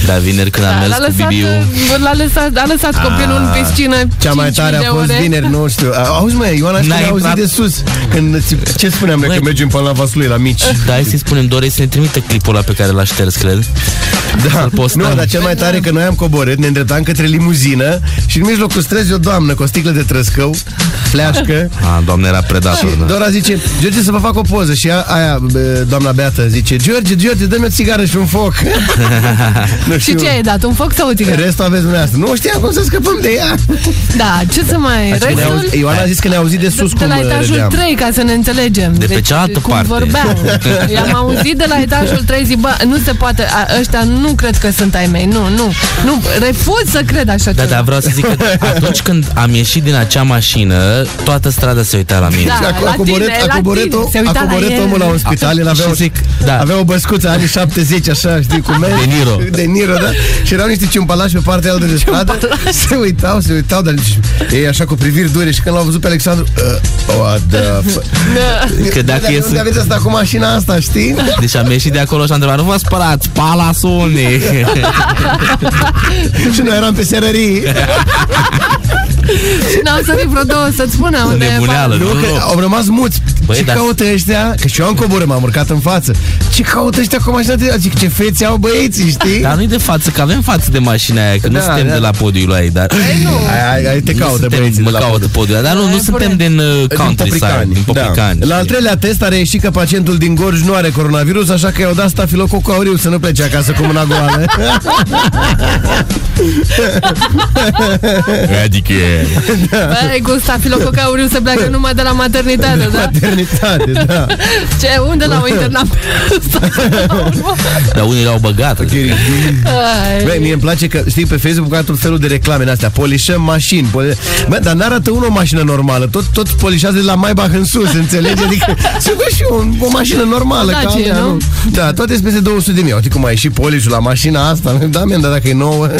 S2: Dar vineri când am
S3: Da,
S2: mers
S3: l-a
S2: cu
S3: lăsat, uh,
S2: Bibiu...
S3: l-a lăsat, a lăsat copilul în piscină
S1: Ah, Cea mai
S3: 5.000
S1: tare
S3: de
S1: a fost
S3: ore.
S1: vineri, nu știu. A- Auzi, mă, Ioana, și
S2: N-ai
S1: ne auzit
S2: fapt-
S1: de sus. Când, ți- ce spuneam noi,
S2: Băi.
S1: că mergem până la Vaslui, la mici.
S2: Da, hai să-i spunem, doresc să ne trimită clipul ăla pe care l-a șters, cred.
S1: Da,
S2: Îl postăm.
S1: nu, dar cel mai tare e că noi am coborât, ne îndreptam către limuzină și în mijlocul străzii o doamnă cu o sticlă de trăscău, fleașcă,
S2: A, doamne, era
S3: Păi,
S2: predator,
S1: Și
S2: da.
S1: Dora zice, George să vă fac o poză Și ea- aia, bă, doamna Beată, zice George, George, dă-mi o țigară și un foc Nu
S3: Și
S1: știu
S3: ce ai dat? Un foc sau o tigră?
S1: Restul aveți dumneavoastră Nu știam cum să scăpăm de ea
S3: Da, ce să mai...
S1: Ne
S3: Restul
S1: auzi- Ioana a zis că ne-a auzit de sus
S3: de
S1: cum
S3: la
S1: uh,
S3: etajul
S1: râdeam.
S3: 3, ca să ne înțelegem. Deci,
S2: De pe cealaltă
S3: cum
S2: parte.
S3: vorbeam. I-am auzit de la etajul 3, zic, bă, nu se poate, a, ăștia nu cred că sunt ai mei, nu, nu, nu, refuz să cred
S2: Da,
S3: așa ceva.
S2: dar vreau să zic că atunci când am ieșit din acea mașină, toată strada se uita la mine.
S3: Da,
S1: Și a,
S3: la
S1: a coborât,
S3: tine,
S1: a
S3: la
S1: coborât,
S3: tine.
S1: o,
S3: Se uita
S1: a
S3: la
S1: coborât
S3: el.
S1: omul la un spital El avea,
S2: Și
S1: o,
S2: zic, da.
S1: avea o băscuță anii 70 așa, știi cum e?
S2: De Niro.
S1: De Niro, da Și erau niște ciumpalași pe partea altă de stradă Se uitau, se uitau, dar nici- ei așa cu priviri dure Și când l-au văzut pe Alexandru uh, What the fuck
S2: Că Adică dacă e
S1: Unde
S2: să...
S1: aveți asta cu mașina asta, știi?
S2: Deci am ieșit de acolo și am întrebat, nu vă spălați, palasone.
S1: și noi eram pe serării
S3: N-au sărit vreo două să-ți spună unde e
S2: Nebuneală,
S3: fa-
S2: nu,
S1: Nu, că
S2: nu.
S1: au rămas muți.
S2: Băi,
S1: ce
S2: dar-
S1: caută ăștia? Că și eu am coborât, m-am urcat în față. Ce caută ăștia cu mașina de Zic, ce fețe au băieții, știi?
S2: Dar nu-i de față, că avem față de mașina aia, că nu
S1: Da,
S2: suntem
S1: da.
S2: de la podiul ăla, ei, dar...
S3: Păi
S1: Ai, ai, ai, te
S2: Nu
S1: caută
S2: suntem,
S1: băieții
S2: mă
S1: de la
S2: caută
S1: pod.
S2: podiul ăla, dar nu, nu
S3: Hai,
S2: suntem
S3: pune.
S2: din uh,
S1: din
S2: countryside,
S1: Popicani,
S2: din Popicani.
S1: Da. La al treilea test a reieșit că pacientul din Gorj nu are coronavirus, așa că i-au dat stafilococul auriu să nu plece acasă cu mâna goală.
S2: Adică
S3: Băi, cu stafilococ auriu se pleacă numai de la maternitate, da?
S1: Maternitate, da.
S3: Ce? Unde l-au internat?
S2: Dar unii l-au băgat. adică.
S3: Ai.
S1: Băi, mie îmi place că, știi, pe Facebook are tot felul de reclame în astea. Polișăm mașini. Poli... Bă, dar n-arată unul o mașină normală. Tot, tot polișează de la Maybach în sus, înțelegi? Adică se vă și un, o mașină normală.
S3: Da,
S1: ca
S3: ce,
S1: alea,
S3: nu?
S1: Da, toate sunt peste 200 de mii. Uite cum a ieșit polișul la mașina asta. Da, mi dar dacă e nouă.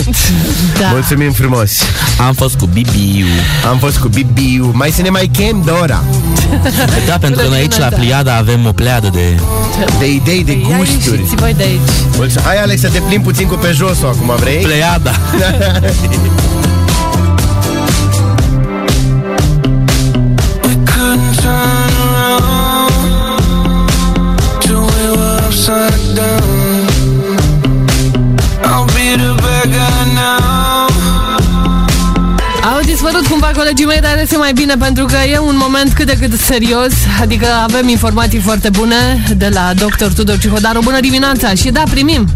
S3: Da.
S1: Mulțumim frumos.
S2: Am fost cu Bibiu.
S1: Am fost cu Bibiu. Mai să ne mai chem, Dora.
S3: Păi,
S2: Da, pentru că noi aici la Pliada avem o pleadă de...
S1: De idei, de
S3: Ia
S1: gusturi.
S3: ieșiți voi de aici.
S1: Mulțumim. Hai, Alex, să te plimbi puțin cu pe josul acum, vrei?
S2: Pleada.
S3: da. Au dispărut cumva colegii mei, dar este mai bine pentru că e un moment cât de cât serios, adică avem informații foarte bune de la dr. Tudor Cihodaru. Bună dimineața! Și da, primim!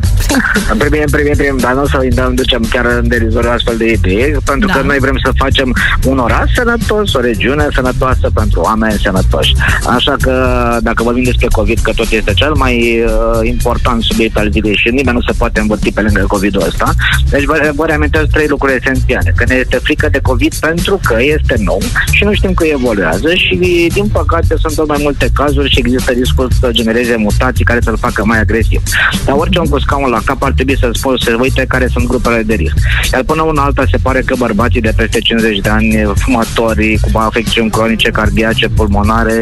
S9: Primim, primim, primim, dar nu o să dăm, ducem chiar în derizor astfel de idei, pentru
S3: Da.
S9: da. că noi vrem să facem un oraș sănătos, o regiune sănătoasă pentru oameni sănătoși. Așa că, dacă vorbim despre COVID, că tot este cel mai uh, important subiect al zilei și nimeni nu se poate învârti pe lângă COVID-ul ăsta, deci vă, vă reamintesc trei lucruri esențiale. Că ne este frică de COVID pentru că este nou și nu știm că evoluează și, din păcate, sunt tot mai multe cazuri și există riscul să genereze mutații care să-l facă mai agresiv. Dar orice om cu scaun la cap ar trebui să spună să uite Deci care sunt grupele de risc. Iar până una alta se pare că bărbații de peste 50 de ani, fumătorii cu afecțiuni cronice, cardiace, pulmonare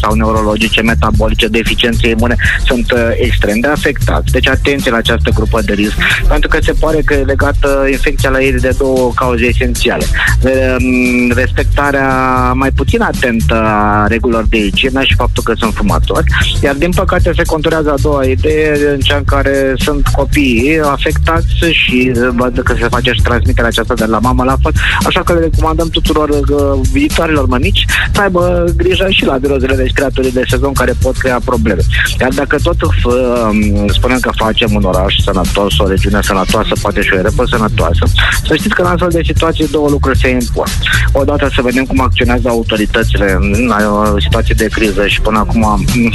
S9: sau neurologice, metabolice, deficiențe imune, sunt uh, extrem de afectați. Deci atenție la această grupă de risc, pentru că se pare că e legată infecția la ei de două cauze esențiale. Um, Respectarea mai puțin atentă a regulilor de igienă și faptul că sunt fumători, iar din păcate se conturează a doua idee în cea în care sunt copiii afectați și uh, văd că se face și transmiterea aceasta de la mamă la făt, așa că le recomandăm tuturor uh, viitoarelor mămici să aibă grijă și la virozele de creaturi de sezon care pot crea probleme. Iar dacă tot uh, spunem că facem un oraș sănătos, o regiune sănătoasă, poate și o erepă sănătoasă, să știți că în astfel de situații două lucruri se impun. Odată să vedem cum acționează autoritățile în uh, situații de criză și până acum mm,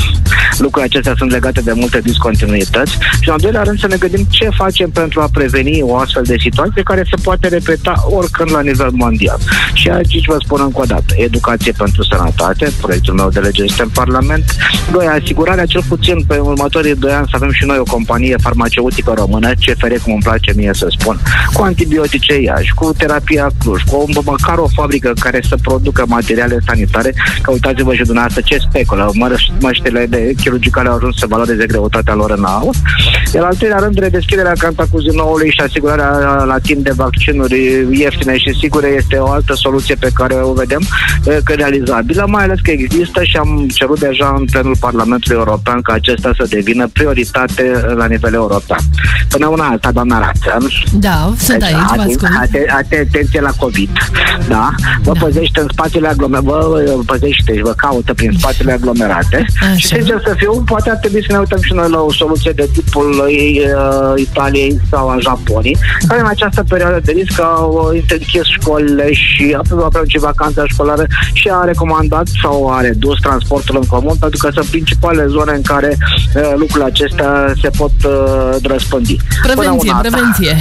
S9: lucrurile acestea sunt legate de multe discontinuități și în al doilea rând să ne gândim ce facem pentru a preveni o astfel de situație care se poate repeta oricând la nivel mondial. Și aici vă spun încă o dată, educație pentru sănătate, proiectul meu de lege este în Parlament, doi, asigurarea cel puțin pe următorii doi ani să avem și noi o companie farmaceutică română, CFR, cum îmi place mie să spun, cu antibiotice Iași, cu terapia Cluj, cu o, măcar o fabrică care să producă materiale sanitare, că uitați-vă și dumneavoastră ce speculă, măr- măștile de chirurgicale au ajuns să valoreze greutatea lor în aur. Iar al treilea rând, redeschiderea cantacuzinoului și asigurarea la timp de vaccinuri ieftine și sigure este o altă soluție pe care o vedem eh, că realizabilă, mai ales că există și am cerut deja în plenul Parlamentului European ca acesta să devină prioritate eh, la nivel european. Până una alta, doamna Rață,
S3: Da, sunt
S9: deci,
S3: aici, vă
S9: aten-
S3: ascult.
S9: ate- ate- atenție la COVID, da? Vă
S3: Da.
S9: păzește în spațiile aglomerate, vă vă păzește, și vă caută prin spațiile aglomerate.
S3: Așa.
S9: Și sincer să fiu, poate ar trebui să ne uităm și noi la o soluție de tipul ei, uh, Italiei sau a Japoniei, care în această perioadă de risc au uh, interzis școlile și aproape vacanța școlară și a recomandat sau a redus transportul în comun, pentru că sunt principalele zone în care uh, lucrurile acestea se pot uh, răspândi. Până
S3: Prevenție,
S9: una alta.
S3: prevenție.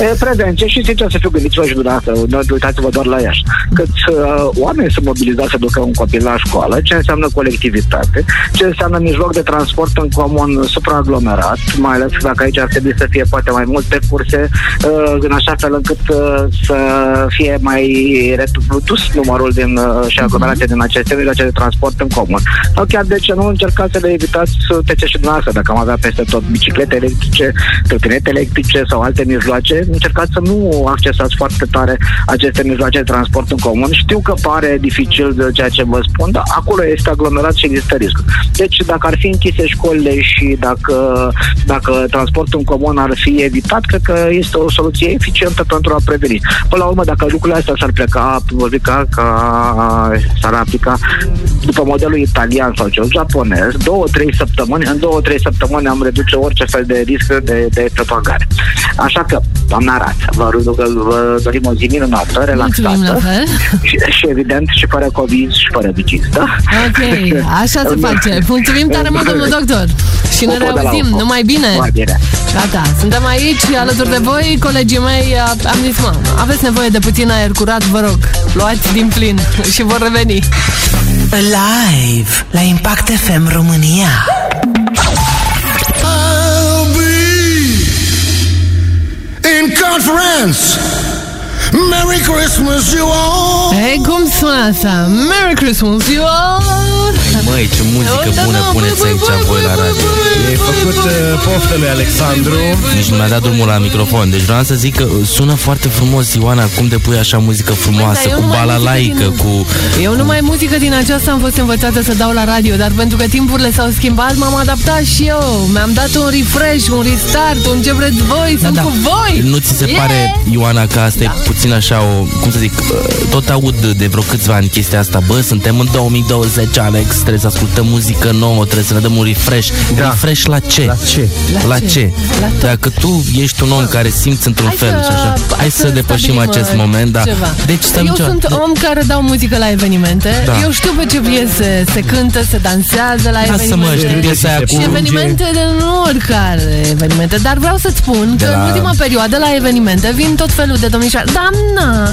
S9: E, prevenție și sincer să fiu gândiți-vă și dumneavoastră, nu uitați-vă doar la ea. Iași. Cât uh, oamenii sunt mobilizați să ducă un copil la școală, ce înseamnă colectivitate, ce înseamnă mijloc de transport în comun supraaglomerat, mai ales dacă aici ar trebui să fie poate mai multe curse, uh, în așa fel încât uh, să fie mai redus numărul din, uh, și aglomerația din aceste mijloace de transport în comun. Sau chiar de ce nu încercați să le evitați trece și dumneavoastră, dacă am avea peste tot biciclete electrice, trotinete electrice sau alte mijloace, încercați să nu accesați foarte tare aceste mijloace de transport în comun. Știu că pare dificil de ceea ce vă spun, dar acolo este aglomerat și există risc. Deci dacă ar fi închise școlile și dacă, dacă transportul în comun ar fi evitat, cred că este o soluție eficientă pentru a preveni. Până la urmă, dacă lucrurile astea s-ar pleca, vorbica, ca s-ar aplica după modelul italian sau cel japonez, două, trei săptămâni, în două, trei săptămâni am reduce orice fel de risc de, de propagare. Așa că, doamna Rață, vă, rugă, vă dorim o zi minunată, relaxată și, și, evident și fără COVID și fără biciz, da?
S3: Ok, așa se face. Mulțumim tare mult, domnul doctor. Și ne reauzim, numai bine.
S9: Mai bine.
S3: Gata, suntem aici alături de voi, colegii mei, am zis, mă, aveți nevoie de puțin aer curat, vă rog, luați din plin și vor reveni.
S4: Live la Impact FM România.
S10: in conference. Merry Christmas, you all!
S3: Hey, cum sună asta? Merry Christmas, you all!
S2: Măi, ce muzică bună puneți aici voi la radio.
S1: E făcut uh, poftă lui Alexandru.
S2: Nici nu mi-a dat drumul la microfon. Deci vreau să zic că sună foarte frumos, Ioana, cum depui așa muzică frumoasă,
S3: Păi, dar eu
S2: cu
S3: nu mai
S2: balalaică,
S3: muzică
S2: cu...
S3: Eu numai muzică din aceasta am fost învățată să dau la radio, dar pentru că timpurile s-au schimbat, m-am adaptat și eu. Mi-am dat un refresh, un restart, un ce vreți voi, sunt
S2: da.
S3: cu voi!
S2: Nu ți se
S3: Yeah! Da.
S2: pare, Ioana, că asta e puțin așa o... Cum să zic? uh, Tot aud de vreo câțiva ani chestia asta. Bă, suntem în 2020, Alex, trebuie să ascultăm muzică nouă, trebuie să ne dăm un refresh.
S1: Da.
S2: Refresh la ce?
S1: La ce?
S2: La,
S3: La
S2: ce?
S3: ce? La tot.
S2: Dacă tu ești un om care simți într-un
S3: Hai
S2: fel,
S3: să-
S2: și așa, hai să, depășim
S3: stabilim,
S2: acest
S3: uh,
S2: moment, da.
S3: ceva.
S2: Deci stăm
S3: Eu
S2: ceva.
S3: sunt
S2: De-
S3: om care dau muzică la evenimente.
S2: Da.
S3: Eu știu pe ce piese se cântă, se dansează la
S2: Lasă mă, știu
S3: evenimente.
S2: piesa aia
S1: Și
S2: cu...
S3: Și evenimente de nu oricare evenimente, dar vreau să-ți spun că
S2: la-
S3: în ultima perioadă la evenimente vin tot felul de domnișoare. Doamna!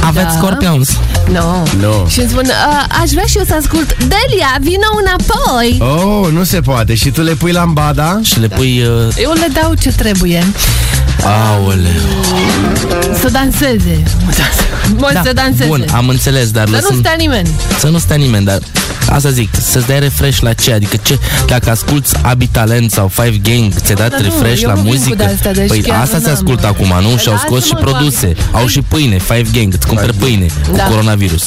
S2: Aveți
S3: Da.
S2: Scorpions?
S3: No.
S1: No.
S3: Și îmi spun, "A, aș vrea și eu să ascult Delia, vină înapoi!
S1: Oh, nu se poate. Și tu le pui lambada?
S2: Și
S3: Da.
S2: le pui... Uh,
S3: Eu le dau ce trebuie
S2: aole.
S3: Să danseze Mă, să danseze
S2: Da. Bun, am înțeles, dar
S3: Să nu
S2: lăsând...
S3: stea nimeni
S2: Să nu stea nimeni, dar asta zic, să-ți dai refresh la ce? Adică ce, dacă asculti Abi Talent sau Five Gang, ți-ai dat
S3: Dar Da, nu,
S2: refresh
S3: eu
S2: la
S3: nu vin cu
S2: muzică?
S3: de-astea, deci
S2: păi
S3: chiar
S2: asta se
S3: n-am.
S2: ascultă acum, nu? Și au
S3: Lasă-mă,
S2: scos și
S3: Doamne.
S2: produse. Au și pâine, Five Gang, îți cumperi pâine cu
S3: Da.
S2: coronavirus.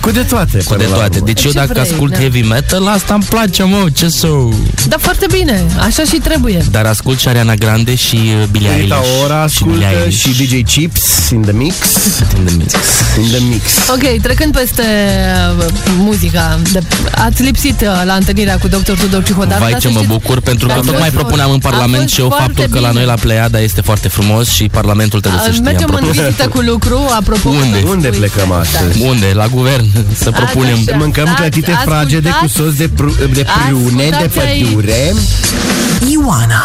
S1: Cu de toate.
S2: Cu de toate. Deci eu
S3: Ce
S2: dacă
S3: vrei,
S2: ascult
S3: da.
S2: heavy metal, asta îmi place, mă, ce să...
S3: Dar foarte bine, așa și trebuie
S2: Dar ascult și Ariana Grande și uh, Billie
S1: Rita
S2: Eilish.
S1: Ora ascultă
S2: Billie Eilish.
S1: și DJ Chips in the mix.
S2: In the mix.
S1: In the mix.
S3: Ok, trecând peste uh, muzica, de, ați lipsit uh, la întâlnirea cu dr. Tudor Cihodaru.
S2: Vai
S3: dar
S2: ce
S3: să
S2: mă
S3: știți-
S2: bucur pentru
S3: Dar
S2: că
S3: a
S2: tocmai
S3: fost-
S2: propuneam în
S3: a
S2: Parlament
S3: fost
S2: și eu
S3: foarte
S2: faptul că la
S3: bine.
S2: noi la Pleiada este foarte frumos și Parlamentul trebuie să
S3: Uh,
S2: știe.
S3: Mergem în
S2: apropo.
S3: vizită cu lucru, apropo. da.
S2: Unde?
S1: Unde plecăm astăzi?
S2: Unde? La guvern să propunem.
S3: așa.
S1: Mâncăm
S3: Ascultați,
S1: clătite fragede cu sos de, pru- de prune, de
S3: Ascultați aici.
S1: pădure.
S4: Ioana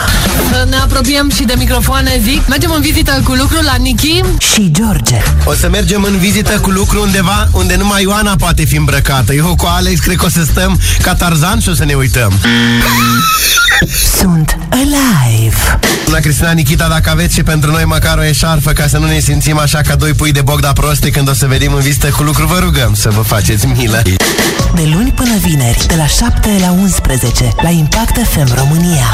S3: Să Uh, ne apropiem și de microfoane, zic. Mergem în vizită cu lucru la Nichi.
S4: și George
S1: O să mergem în vizită cu lucru undeva unde numai Ioana poate fi îmbrăcată. Eu cu Alex cred că o să stăm ca Tarzan și o să ne uităm.
S4: sunt alive.
S1: Bună, Cristina Nikita, dacă aveți și pentru noi măcar o eșarfă ca să nu ne simțim așa ca doi pui de bogda proste când o să venim în vizită cu lucru, vă rugăm să vă faceți milă.
S4: De luni până vineri, de la 7 la 11, la Impact FM România.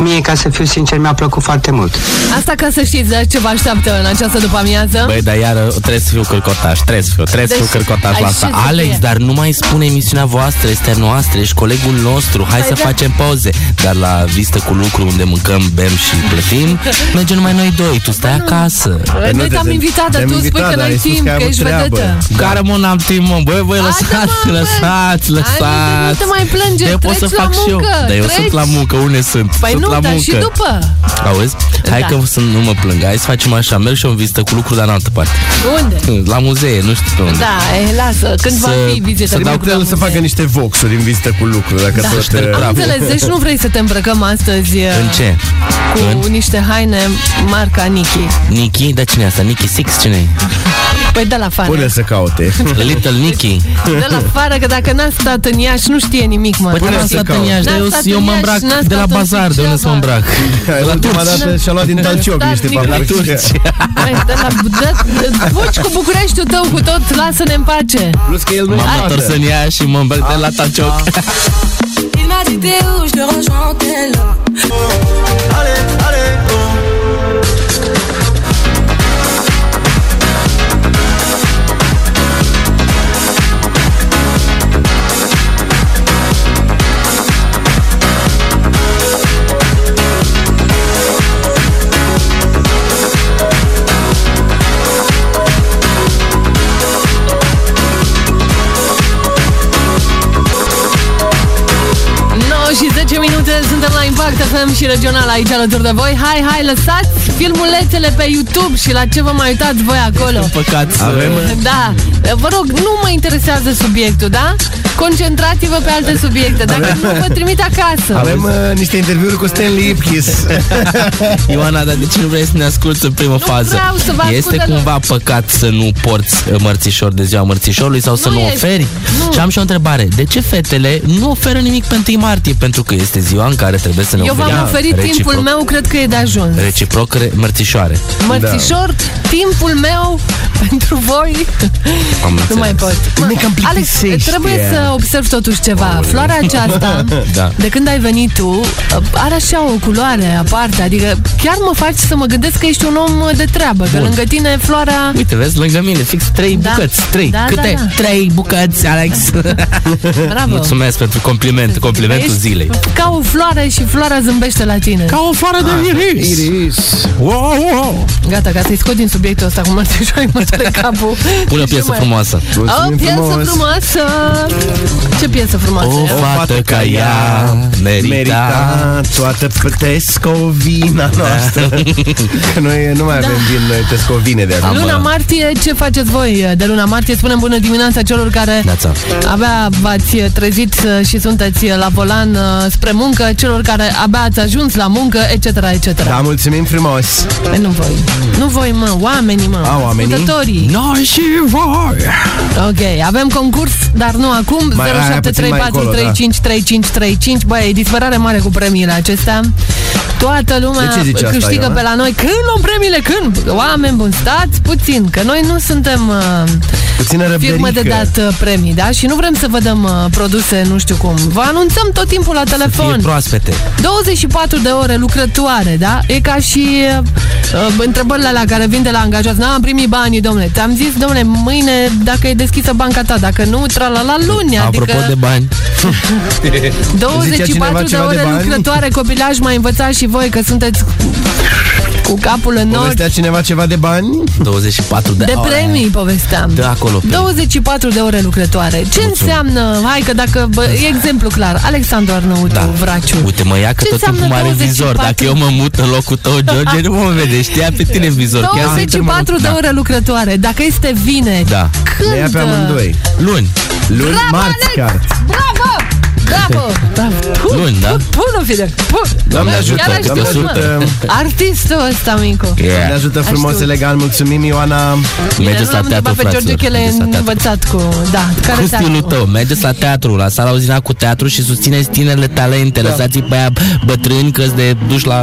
S11: Mie, ca să fiu sincer, mi-a plăcut foarte mult.
S3: Asta ca să știți dar ce vă așteaptă în această după-amiază.
S2: Băi, dar iară trebuie să fiu cărcotaș, trebuie să fiu, trebuie să
S3: Deci,
S2: fiu cărcotaș
S3: ai
S2: la
S3: și
S2: asta.
S3: să
S2: Alex,
S3: fie.
S2: dar nu mai spune emisiunea voastră, este a noastră, ești colegul nostru, hai să
S3: da.
S2: facem pauze. Dar la vizită cu lucru unde mâncăm, bem și plătim, mergem numai noi doi, tu stai
S3: Păi
S2: acasă.
S3: Noi te-am invitat, dar tu spui că n-ai timp, că ești vedetă.
S2: Care mă n-am timp, mă, băi, băi,
S3: Haide,
S2: lăsați,
S3: mă, băi.
S2: lăsați,
S3: Hai, nu te- Nu
S2: lăsați.
S3: te mai plânge ajunge,
S2: de pot să
S3: treci la
S2: fac și eu.
S3: muncă,
S2: Dar eu
S3: treci.
S2: sunt la muncă, unde sunt?
S3: Păi
S2: sunt
S3: nu,
S2: la
S3: dar
S2: muncă.
S3: și după.
S2: Auzi? Hai
S3: Da.
S2: că să nu mă plâng. Hai să facem așa. Merg și eu în vizită cu lucruri, dar în altă parte.
S3: Unde?
S2: La muzee, nu știu pe unde.
S3: Da, e, lasă, când va fi vizita
S1: Să dau cu el să facă niște voxuri în vizită cu lucruri Dacă
S3: Da.
S1: tot uh, te...
S3: Am înțeles, deci nu vrei să te îmbrăcăm astăzi eh,
S2: În ce?
S3: cu niște haine marca Nike.
S2: Niki? Da, cine e asta? Niki Six? Cine e?
S3: Păi de la afară.
S1: să caute.
S2: Little Niki.
S3: De la afară, că dacă n-a stat în Iași, nu știe nimic, mă.
S2: Păi n-am stat în Iași, dar eu, eu mă îmbrac de la bazar, de unde să mă îmbrac?
S1: La ultima dată și-a luat din Dalcioc niște
S2: La
S1: papuci.
S2: turci.
S3: Hai, de la, de, de, fugi cu Bucureștiul tău cu tot, lasă-ne în pace.
S1: Plus că el nu
S3: Da.
S2: M-am întors în ea și mă îmbrac de la Tacioc.
S12: Il m'a dit t'es où, je le rejoins en tel.
S6: Allez, allez,
S3: și 10 minute suntem la Impact FM și regional aici alături de voi. Hai, hai, lăsați filmulețele pe YouTube și la ce vă mai uitați voi acolo.
S2: Păcat să-
S3: Da, vă rog, nu mă interesează subiectul, da? Concentrați-vă pe alte subiecte, dacă nu vă trimit acasă.
S1: Avem uh, niște interviuri cu Stanley Ipkiss
S2: Ioana, dar de ce nu vrei să ne asculti în primă fază?
S3: vreau să vă ascult
S2: este
S3: deloc.
S2: cumva păcat să nu porți uh, mărțișor de ziua mărțișorului sau să
S3: Nu
S2: nu,
S3: este.
S2: oferi?
S3: Nu.
S2: Și am și o întrebare. De ce fetele nu oferă nimic pentru 1 martie? Pentru că este ziua în care trebuie să ne
S3: Eu
S2: oferim
S3: v-am oferit timpul
S2: reciproc-
S3: meu, cred că e de ajuns.
S2: Reciproc re- mărțișoare.
S3: Mărțișor, timpul meu pentru voi.
S2: Am
S3: nu
S2: înțeles.
S3: mai pot. Mă, Alex, trebuie să observ totuși ceva. Floarea aceasta,
S2: Da.
S3: de când ai venit tu, are așa o culoare aparte. Adică chiar mă faci să mă gândesc că ești un om de treabă. Că
S2: Bun.
S3: lângă tine floarea...
S2: Uite, vezi, lângă mine, fix trei
S3: Da.
S2: bucăți. Trei.
S3: Da,
S2: Câte?
S3: da, da.
S2: Trei bucăți, Alex.
S3: Bravo.
S2: Mulțumesc pentru compliment, complimentul
S3: Ești
S2: zilei.
S3: Ca o floare și floarea zâmbește la tine. Ca
S2: o floare de
S1: Ah,
S2: iris.
S1: Iris. Wow, wow.
S3: Gata, ca să-i scot din subiectul ăsta cu mărțișoare, mă de capul.
S2: Pune o
S3: Și
S2: piesă
S3: mai-
S2: frumoasă.
S3: O piesă frumoasă! Ce piesă frumoasă?
S2: O
S3: era?
S2: fată ca ea merita,
S1: merita toată p- Tescovina noastră. Că noi nu mai avem din noi Tescovine de acum.
S3: Luna martie, ce faceți voi de luna martie? Spunem bună dimineața celor care
S2: Neața.
S3: abia v-ați trezit și sunteți la volan uh, spre muncă, celor care abia ați ajuns la muncă, etc., etc.
S1: Da, mulțumim frumos.
S3: Păi Nu voi. Nu voi, mă, oamenii, mă.
S1: A, oamenii?
S3: Ascultătorii.
S2: Noi și voi!
S3: Ok, avem concurs, dar nu acum.
S1: Mai- hai, puțin mai încolo, da.
S3: 0734353535. Băi, e disperare mare cu premiile acestea. Toată lumea
S1: De ce zici asta,
S3: câștigă
S1: Ioana?
S3: pe la noi. Când luăm premiile? Când? Oameni buni, stați puțin, că noi nu suntem uh,
S1: Puțină
S3: firmă de
S1: răbdărică.
S3: dat uh, premii, da? Și nu vrem să vă dăm uh, produse nu știu cum. Vă anunțăm tot timpul la
S2: Fie
S3: telefon.
S2: proaspete.
S3: Adică 24 de ore lucrătoare, da? E ca și uh, întrebările alea care vin de la angajați. N-am primit banii, domnule. Ți-am zis, domnule, mâine dacă e deschisă banca ta, dacă nu, trala la Adică luni.
S2: Apropo de bani,
S3: 24 de ore lucrătoare, copilaj, mai învățați și voi că sunteți cu capul în nord.
S1: Povestea cineva ceva de bani?
S2: 24 de,
S3: De
S2: ore.
S3: premii povesteam.
S2: Dă Da, acolo. pe-
S3: 24 de ore lucrătoare. Ce înseamnă? Hai că dacă... Bă, e exemplu clar. Alexandru Arnautu, da. Vraciu.
S2: Uite mă, ia că
S3: Ce
S2: tot timpul
S3: înseamnă
S2: mă are vizor
S3: 24?
S2: Dacă eu mă mut în locul tău, George, nu mă vede Știa pe tine în vizor Chiar să intrăm în-
S3: 24 de
S2: Da.
S3: ore lucrătoare. Dacă este vineri,
S2: Da,
S3: când...
S1: Le ia pe amândoi.
S2: luni
S1: Luni,
S3: Bravo,
S1: marți
S3: Alex!
S1: chiar.
S3: Bravo! Bravo! Bravo! Puh,
S2: Luni, da?
S3: puh, puh, nu fide! Puh!
S1: Doamne ajută,
S3: Chiar aș
S1: Doamne
S3: știut,
S1: ajută.
S3: mă. Artistul ăsta, Micu.
S1: Ne
S2: yeah.
S1: ajută
S3: Aș
S1: frumos,
S3: știut.
S1: elegant. Mulțumim, Ioana.
S2: Mergeți
S3: L-am
S2: la
S3: întrebat
S2: teatru,
S3: pe George
S2: fraților
S3: Chele
S2: Mergeți la teatru
S3: învățat cu... Da, care
S2: cu stilul tău, mergeți la teatru, la sala uzina cu teatru și susțineți tinerele talente, lăsați-i pe aia bătrâni că de duși la...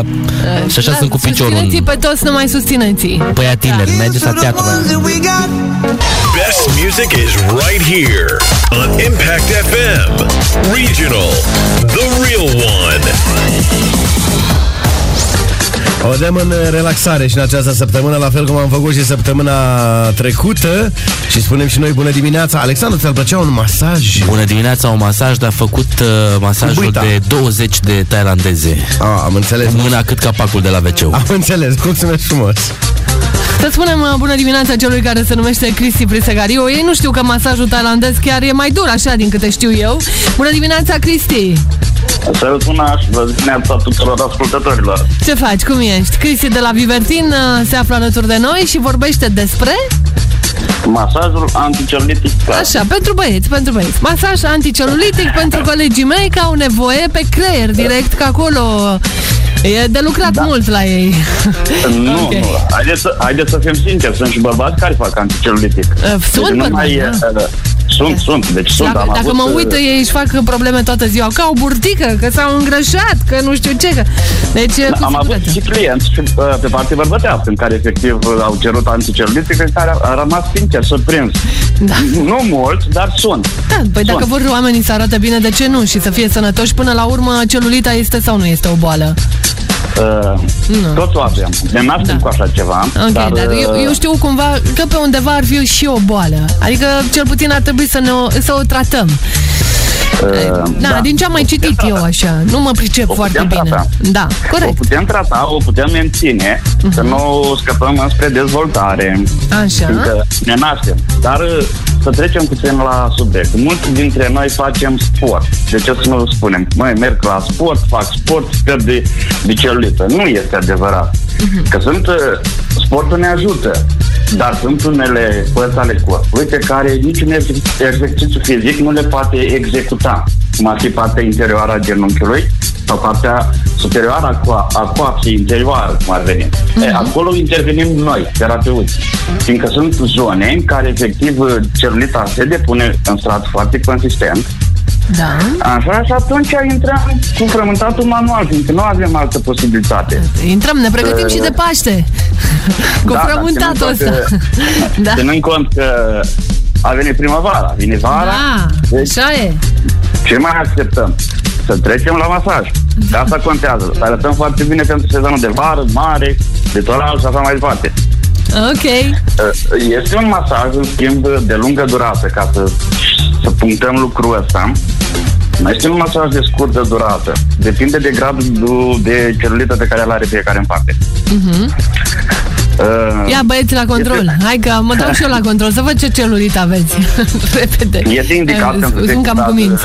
S2: și așa sunt cu piciorul.
S3: Eh, Da, Susțineți-i
S2: în-
S3: pe Da. toți, nu mai susțineți
S2: Pe aia tineri, mergeți la teatru.
S5: Best music is right here on Impact FM. Regional, the real one.
S1: O dăm în uh, relaxare și în această săptămână, la fel cum am făcut și săptămâna trecută. Și spunem și noi bună dimineața. Alexandru, ți-ar plăcea un masaj?
S2: Bună dimineața, un masaj, dar făcut uh, masajul
S1: Buita.
S2: de 20 de tailandeze.
S1: A, am înțeles.
S2: Mâna cât capacul de la wc
S1: Am înțeles, mulțumesc frumos.
S3: Să spunem uh, bună dimineața celui care se numește Cristi Prisegariu. Ei nu știu că masajul tailandez chiar e mai dur, așa din câte știu eu. Bună dimineața, Cristi!
S13: Să bună și vă zic neapta tuturor ascultătorilor.
S3: Ce faci? Cum ești? Cristi de la Vivertin uh, se află alături de noi și vorbește despre...
S13: Masajul anticelulitic.
S3: Așa, pentru băieți, pentru băieți. Masaj anticelulitic pentru colegii mei că au nevoie pe creier direct, că acolo e de lucrat da. mult la ei.
S13: Nu, okay. nu. Haideți să, haideți să fim sinceri. Sunt și bărbați care fac anticelulitic.
S3: Ă, sunt
S13: nu
S3: bărbați,
S13: mai,
S3: da.
S13: uh, Sunt, sunt. Deci sunt.
S3: Dacă,
S13: am
S3: dacă
S13: avut,
S3: mă
S13: uh,
S3: uit, ei își fac probleme toată ziua. Că au burtică, că s-au îngrășat, că nu știu ce. Că... Deci,
S13: Da, am avut și clienți și, uh, pe partea bărbătească în care efectiv uh, au cerut anticelulitică și care a rămas sincer surprins.
S3: Da.
S13: Nu mult, dar sunt.
S3: Da, păi
S13: Sunt.
S3: dacă vor oamenii să arate bine, de ce nu? Și să fie sănătoși, până la urmă, celulita este sau nu este o boală?
S13: Uh, Toți o avem. Ne naștem da. cu așa ceva.
S3: Ok, dar, dar
S13: uh,
S3: eu, eu știu cumva că pe undeva ar fi și o boală. Adică, cel puțin ar trebui să, ne o, să o tratăm.
S13: uh,
S3: Da, da, din ce am mai citit eu așa. Nu mă pricep foarte
S13: putem
S3: bine.
S13: trata.
S3: Da,
S13: O
S3: corect. Mhm.
S13: putem trata, o putem menține, uh-huh. să nu scăpăm înspre dezvoltare.
S3: Așa.
S13: Fiindcă ne naștem. Dar uh, să trecem puțin la subiect. Mulți dintre noi facem sport. De ce să nu spunem? Măi, merg la sport, fac sport, scăp de, de celulită. Nu este adevărat.
S3: Mhm.
S13: Că sunt... uh, Sportul ne ajută. Dar sunt unele părți ale corpului pe care niciun exer- exercițiu fizic nu le poate executa. Cum ar fi partea interioară a genunchiului sau partea superioară a, co- a coapsei interioară, cum ar veni.
S3: Mhm.
S13: E, acolo intervenim noi, terapeuți. Fiindcă sunt zone în care, efectiv, celulita se depune în strat foarte consistent
S3: Da.
S13: Așa, și atunci intrăm cu frământatul manual, fiindcă nu avem altă posibilitate.
S3: Intrăm, ne pregătim
S13: Uh,
S3: și de Paște. Cu
S13: da,
S3: frământatul
S13: dar ținând
S3: ăsta.
S13: cont că-
S3: Da.
S13: Ținând cont că a venit primăvara, vine vara,
S3: Da,
S13: Deci-
S3: așa e.
S13: ce mai așteptăm? Să trecem la masaj. Că asta contează. Să arătăm foarte bine pentru sezonul de vară, mare, de toral și așa mai departe.
S3: Ok.
S13: Eh, Este un masaj, în schimb, de lungă durată, ca să, să punctăm lucrul ăsta. Mai este un masaj de scurtă durată. Depinde de gradul de celulită pe care îl are fiecare în parte.
S3: Mhm.
S13: Uh,
S3: Ia băieți la control. Hai că mă dau și eu la control să văd ce celulită aveți. Repede.
S13: Este indicat uh,
S3: Eh,
S13: când
S3: Sunt cam cu minți.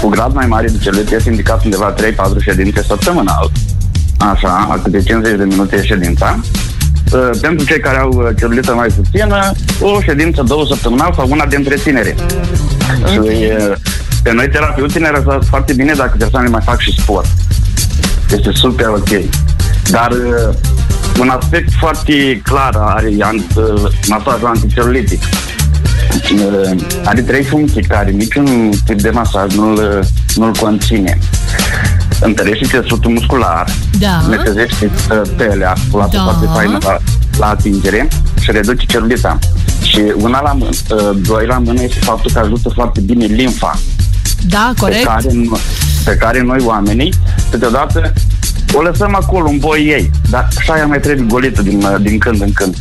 S13: cu grad mai mare de celulită este indicat undeva 3-4 ședințe săptămânal. Așa, a câte 50 de minute e ședința. Uh, Pentru cei care au uh, celulită mai puțină, o ședință, două săptămânal sau una de întreținere. Și uh, pe noi terapeuții ne răsat foarte bine dacă persoanele mai fac și sport. Este super Deci ok. Dar uh, un aspect foarte clar are ant- uh, masajul anticelulitic. Uh, Are trei funcții care niciun tip de masaj nu-l, uh, nu-l conține. Întărește țesutul muscular,
S3: Da.
S13: netezește uh, pelea, culată
S3: Da.
S13: foarte faină la, la atingere și reduce celulita. Și una la mână, uh, doi la mână este faptul că ajută foarte bine limfa
S3: Da,
S13: pe
S3: corect.
S13: care, pe care noi oamenii, câteodată, o lăsăm acolo în boi ei, dar așa ea mai trebuie golită din, din când în când.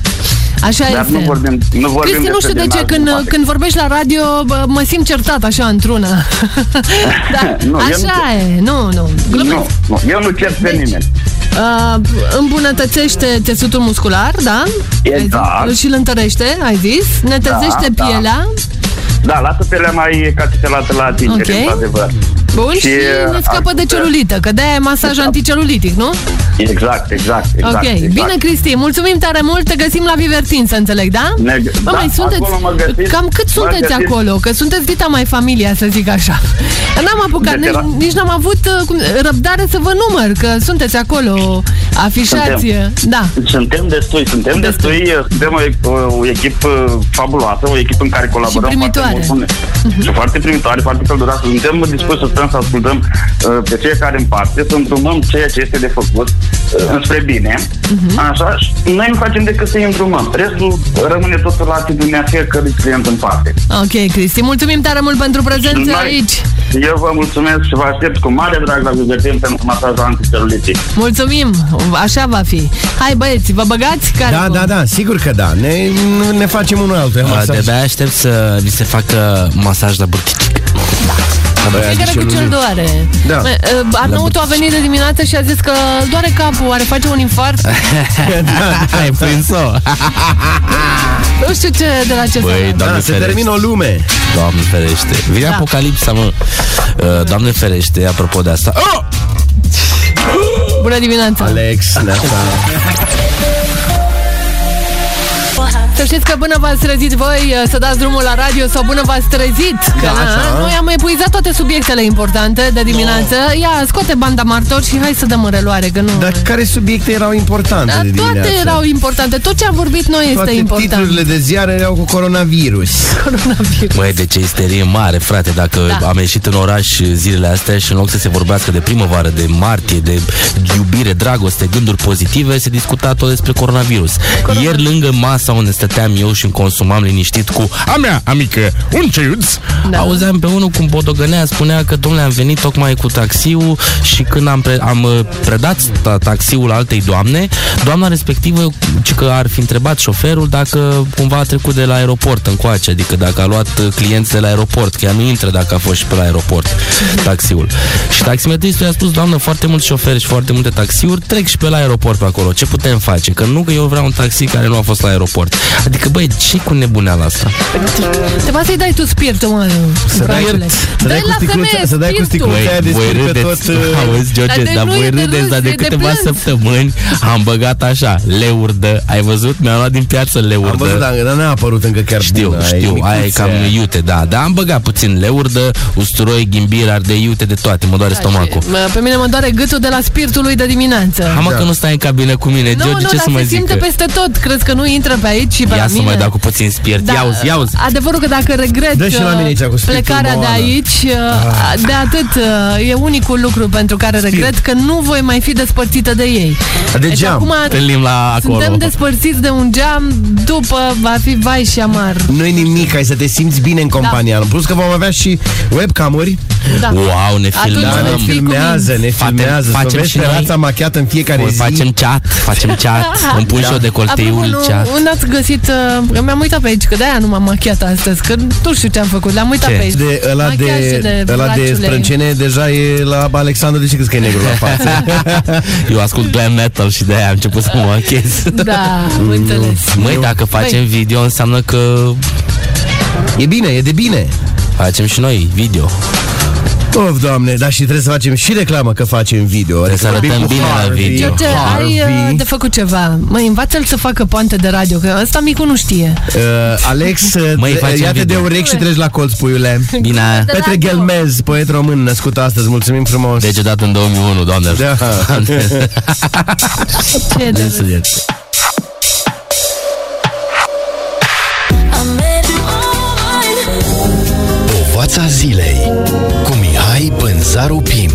S3: Așa
S13: dar
S3: este.
S13: nu vorbim, nu vorbim
S3: Păi Cristi, nu
S13: despre
S3: știu de ce,
S13: gimnazii,
S3: când,
S13: poate.
S3: când vorbești la radio, bă, mă simt certat așa într-una. da,
S13: Nu, eu
S3: așa e, nu, nu.
S13: Nu, nu, eu nu cer
S3: Deci-
S13: pe nimeni.
S3: Uh, îmbunătățește țesutul muscular, da?
S13: Exact.
S3: Și îl întărește, ai zis. Netezește
S13: Da, da.
S3: pielea.
S13: Da, lasă pelea mai catetelată la atingere,
S3: Ok.
S13: într-adevăr.
S3: Bun, și, ne
S13: uh,
S3: scapă de
S13: ajută-
S3: celulită, că de-aia e masaj anticelulitic, nu?
S13: Exact, exact, exact.
S3: ok,
S13: exact.
S3: bine Cristi, mulțumim tare mult, te găsim la Vivertin, să înțeleg, da?
S13: Ne-
S3: Bă,
S13: da,
S3: mai sunteți,
S13: acolo mă găsiți,
S3: cam cât
S13: mă
S3: sunteți
S13: găsiți.
S3: acolo? Că sunteți dita mai familia, să zic așa. N-am apucat,
S13: De tera-
S3: nici, nici n-am avut uh, cum, răbdare să vă număr, că sunteți acolo, afișați.
S13: Suntem.
S3: Da,
S13: Suntem destui, suntem destui, suntem o, o, o echipă fabuloasă, o echipă în care colaborăm
S3: Și primitoare.
S13: foarte mult. Uh-huh. Și foarte primitoare, foarte călduroasă. Suntem dispuși să stăm să ascultăm uh, pe fiecare în parte, să îndrumăm ceea ce este de făcut uh, înspre bine.
S3: Mhm.
S13: Uh-huh. Așa, și noi nu facem decât să îi îndrumăm. Restul rămâne totul la atitudinea fiecărui client în parte.
S3: ok Cristi, mulțumim tare mult pentru prezența
S13: Noi-
S3: aici.
S13: Eu vă mulțumesc și vă aștept cu mare drag la Guzetin pentru masajul anticelulitic.
S3: Mulțumim, așa va fi. Hai băieți, vă băgați? Care
S1: Da, da, da, sigur că da. Ne, ne
S2: Da, Deci-
S1: facem unul altul.
S2: De abia aștept să ni se facă masaj la burchici.
S3: Fiecare cu cel doare.
S1: Da.
S3: Mă, uh, Arnautu a venit de dimineață și a zis că îl doare capul, oare face un infart?
S1: Da,
S2: Ai prins-o.
S3: nu știu ce de la ce
S2: Băi, doamne
S1: Da, se termină o lume.
S2: Doamne ferește. Vine
S3: Da.
S2: apocalipsa, mă. Uh, Doamne ferește, apropo de asta. Oh!
S3: Bună dimineața!
S1: Alex, neața.
S3: Să știți că până v-ați trezit voi uh, să dați drumul la radio sau până v-ați trezit că
S1: Da,
S3: na,
S1: așa.
S3: noi am epuizat toate subiectele importante de dimineață. Ia, scoate banda martor și hai să dăm în reluare, că nu...
S2: Da.
S3: Da,
S1: Dar care subiecte erau importante de dimineață?
S3: Toate erau importante, tot ce am vorbit noi
S1: Toate
S3: este important.
S1: titlurile de ziare erau cu coronavirus.
S3: Coronavirus.
S2: Măi, deci e isterie mare, frate, dacă
S3: Da.
S2: da. am ieșit în oraș zilele astea și în loc să se vorbească de primăvară, de martie, de iubire, dragoste, gânduri pozitive, se discuta tot despre coronavirus. Ieri lângă masa unde stăteam eu și îmi consumam liniștit cu a mea amică, un ceiuț, da. auzeam pe unul cum bodogănea, spunea că, domnule, am venit tocmai cu taxiul și când am, pre- am uh, predat ta- taxiul altei doamne, doamna respectivă ci că ar fi întrebat șoferul dacă cumva a trecut de la aeroport încoace, adică dacă a luat uh, clienți de la aeroport, că ea nu intră dacă a fost și pe la aeroport taxiul. Și taximetristul i-a spus, doamnă, foarte mulți șoferi și foarte multe taxiuri trec și pe la aeroport pe acolo, ce putem face? Că nu că eu vreau un taxi care nu a fost la aeroport. Adică, băi, ce cu nebuneala asta?
S3: Trebuie să-i dai tu spiritul, mă.
S2: Să dai-
S3: Brațule.
S2: să dai
S3: Dă-i
S2: cu
S3: la
S2: sticluța-
S3: femeie
S1: să dai cu
S3: spiritul.
S1: sticluța aia de
S2: voi
S1: spirit pe
S2: râdeți,
S1: tot, uh,
S2: auzi,
S3: Dar
S2: George,
S3: de
S2: dar
S3: nu
S2: voi
S3: e de
S2: râdeți,
S3: râs,
S2: dar
S3: e
S2: de
S3: de
S2: câteva
S3: plâns.
S2: săptămâni am băgat așa, leurdă, ai văzut? Mi-am luat din piață leurdă.
S1: Am văzut, dar dar n-a apărut încă chiar
S2: Știu,
S1: bună,
S2: știu,
S1: micuță.
S2: aia e cam iute, da, dar am băgat puțin leurdă, usturoi, ghimbir, ardei iute, de toate, mă
S3: Da,
S2: doare stomacul.
S3: Păi, Mă, Pe mine mă doare gâtul de la spiritul lui de dimineață.
S2: Hamă
S1: Da.
S2: că nu stai în cabină cu mine,
S3: nu,
S2: George,
S3: nu,
S2: ce
S3: dar
S2: să mă
S3: se
S2: zic?
S3: simte peste tot. Crezi că nu intră pe aici și pe la
S2: Ia să
S3: mine?
S2: mai dau cu puțin spirit,
S3: Da,
S2: iauzi, iauzi.
S3: Adevărul că dacă regret
S1: Dă și la mine aici, cu
S3: uh,
S1: spiritul
S3: plecarea de
S1: Moana.
S3: aici, uh,
S1: Ah.
S3: de atât uh, e unicul lucru pentru care regret că nu voi mai fi despărțită de ei. Deci
S1: Degeam.
S3: acum
S2: Întâlnim la acolo.
S3: suntem despărțiți de un geam, după va fi vai și amar.
S1: Nu-i nimic, ai să te simți bine în compania. Da. Plus că vom avea și webcamuri.
S3: Da.
S2: Wow, ne
S3: Atunci
S2: filmăm.
S1: Da,
S3: Să
S1: ne
S3: fii
S1: filmează, ne
S2: Facem-
S1: filmează. Să
S2: facem
S1: vezi
S2: și
S1: pe
S2: noi.
S1: rața machiată în fiecare
S2: Voi
S1: zi.
S2: Păi facem chat, facem chat, îmi
S1: Da.
S2: pun și eu
S3: Apropo,
S2: decolteiul
S3: nu-
S2: chat.
S3: unde ați găsit uh, că Mi-am uitat pe aici, că de-aia nu m-am machiat astăzi Că nu știu ce am făcut, le-am uitat
S1: Ce?
S3: pe aici
S1: De ăla de,
S3: Machiaje
S1: de, ăla de
S3: brațulei.
S1: sprâncene deja e la Alexandru, de ce crezi că e negru la față?
S2: Eu ascult glam metal și de-aia am început să mă achez.
S3: Da,
S1: Mm,
S3: am înțeles
S2: Măi, dacă facem video înseamnă că
S1: E bine, e de bine.
S2: facem și noi video.
S1: Of, doamne, dar și trebuie să facem și reclamă că facem video. Adică Trebuie
S2: să arătăm bine la video.
S3: George, ai uh, de făcut ceva Măi, învață-l să facă poante de radio Că ăsta micul nu știe
S1: Uh, Alex,
S2: Măi,
S1: Măi,
S2: facem
S1: iată de
S2: video.
S1: urechi și treci la colț, puiule.
S2: Bine.
S1: Petre Ghelmez, poet român, născut astăzi, mulțumim frumos.
S14: Deci,
S2: Decedat deci în 2001, doamne.
S1: Da.
S3: Ce
S2: Deci-
S3: de
S14: Povața zilei cu Mihai Bânzaru Pim.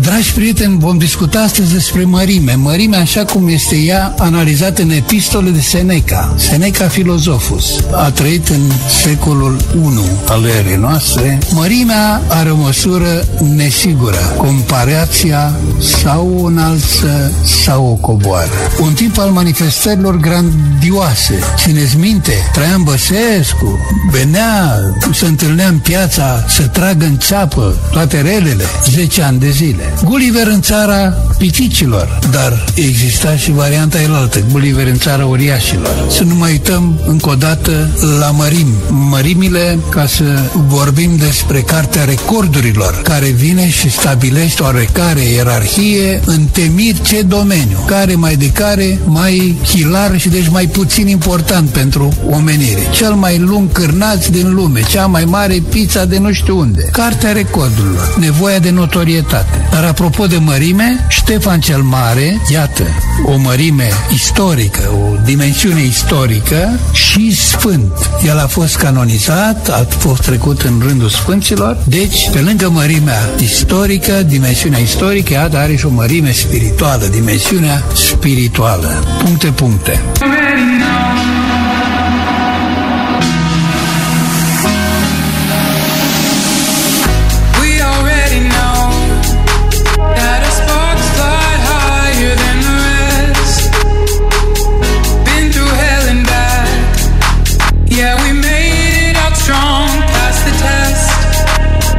S15: Dragi prieteni, vom discuta astăzi despre mărime. Mărimea așa cum este ea analizată în epistole de Seneca. Seneca Filozofus Mm. a trăit în secolul 1 al erei noastre. Mărimea are o măsură nesigură. Comparația sau o înalță sau o coboară. Un tip al manifestărilor grandioase. Țineți minte, Traian Băsescu venea, se întâlnea în piața, să tragă în țeapă toate relele, 10 ani de zile. Gulliver în țara piticilor, dar exista și varianta elaltă, Gulliver în țara uriașilor. Să nu mai uităm încă o dată la mărim. Mărimile, ca să vorbim despre Cartea Recordurilor, care vine și stabilește oarecare ierarhie în temir ce domeniu, care mai de care mai chilar și deci mai puțin important pentru omenire. Cel mai lung cârnaț din lume, cea mai mare pizza de nu știu unde. Cartea recordurilor, nevoia de notorietate. Dar apropo de mărime, Ștefan cel Mare, iată, o mărime istorică, o dimensiune istorică și sfânt. El a fost canonizat, a fost trecut în rândul sfânților, deci pe lângă mărimea istorică, dimensiunea istorică, iată, are și o mărime spirituală, dimensiunea spirituală. Puncte, puncte.
S7: We already know that our sparks fly higher than the rest. Been through hell and back. Yeah, we made it out strong past the test.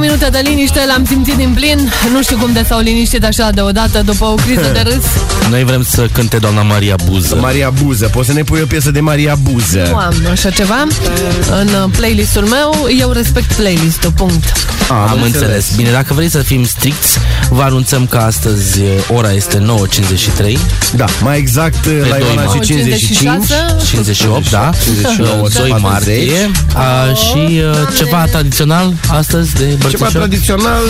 S3: minute de liniște l-am simțit din plin. Nu știu cum de s-au liniștit așa deodată după o criză de râs.
S2: Noi vrem să cânte doamna Maria Buză.
S1: Maria Buză, poți să ne pui o piesă de Maria Buză.
S3: Nu am așa ceva în uh, playlistul meu. Eu respect playlistul, punct.
S2: Am, am înțeles. înțeles. Bine, dacă vrei să fim stricți, vă anunțăm că astăzi eh, ora este 9.53.
S1: Da, mai exact eh, la Iona și 55,
S2: 58, da.
S1: 59,
S2: 2 martie. A, și eh, ceva tradițional astăzi de
S1: Ceva
S2: bărțișor.
S1: tradițional,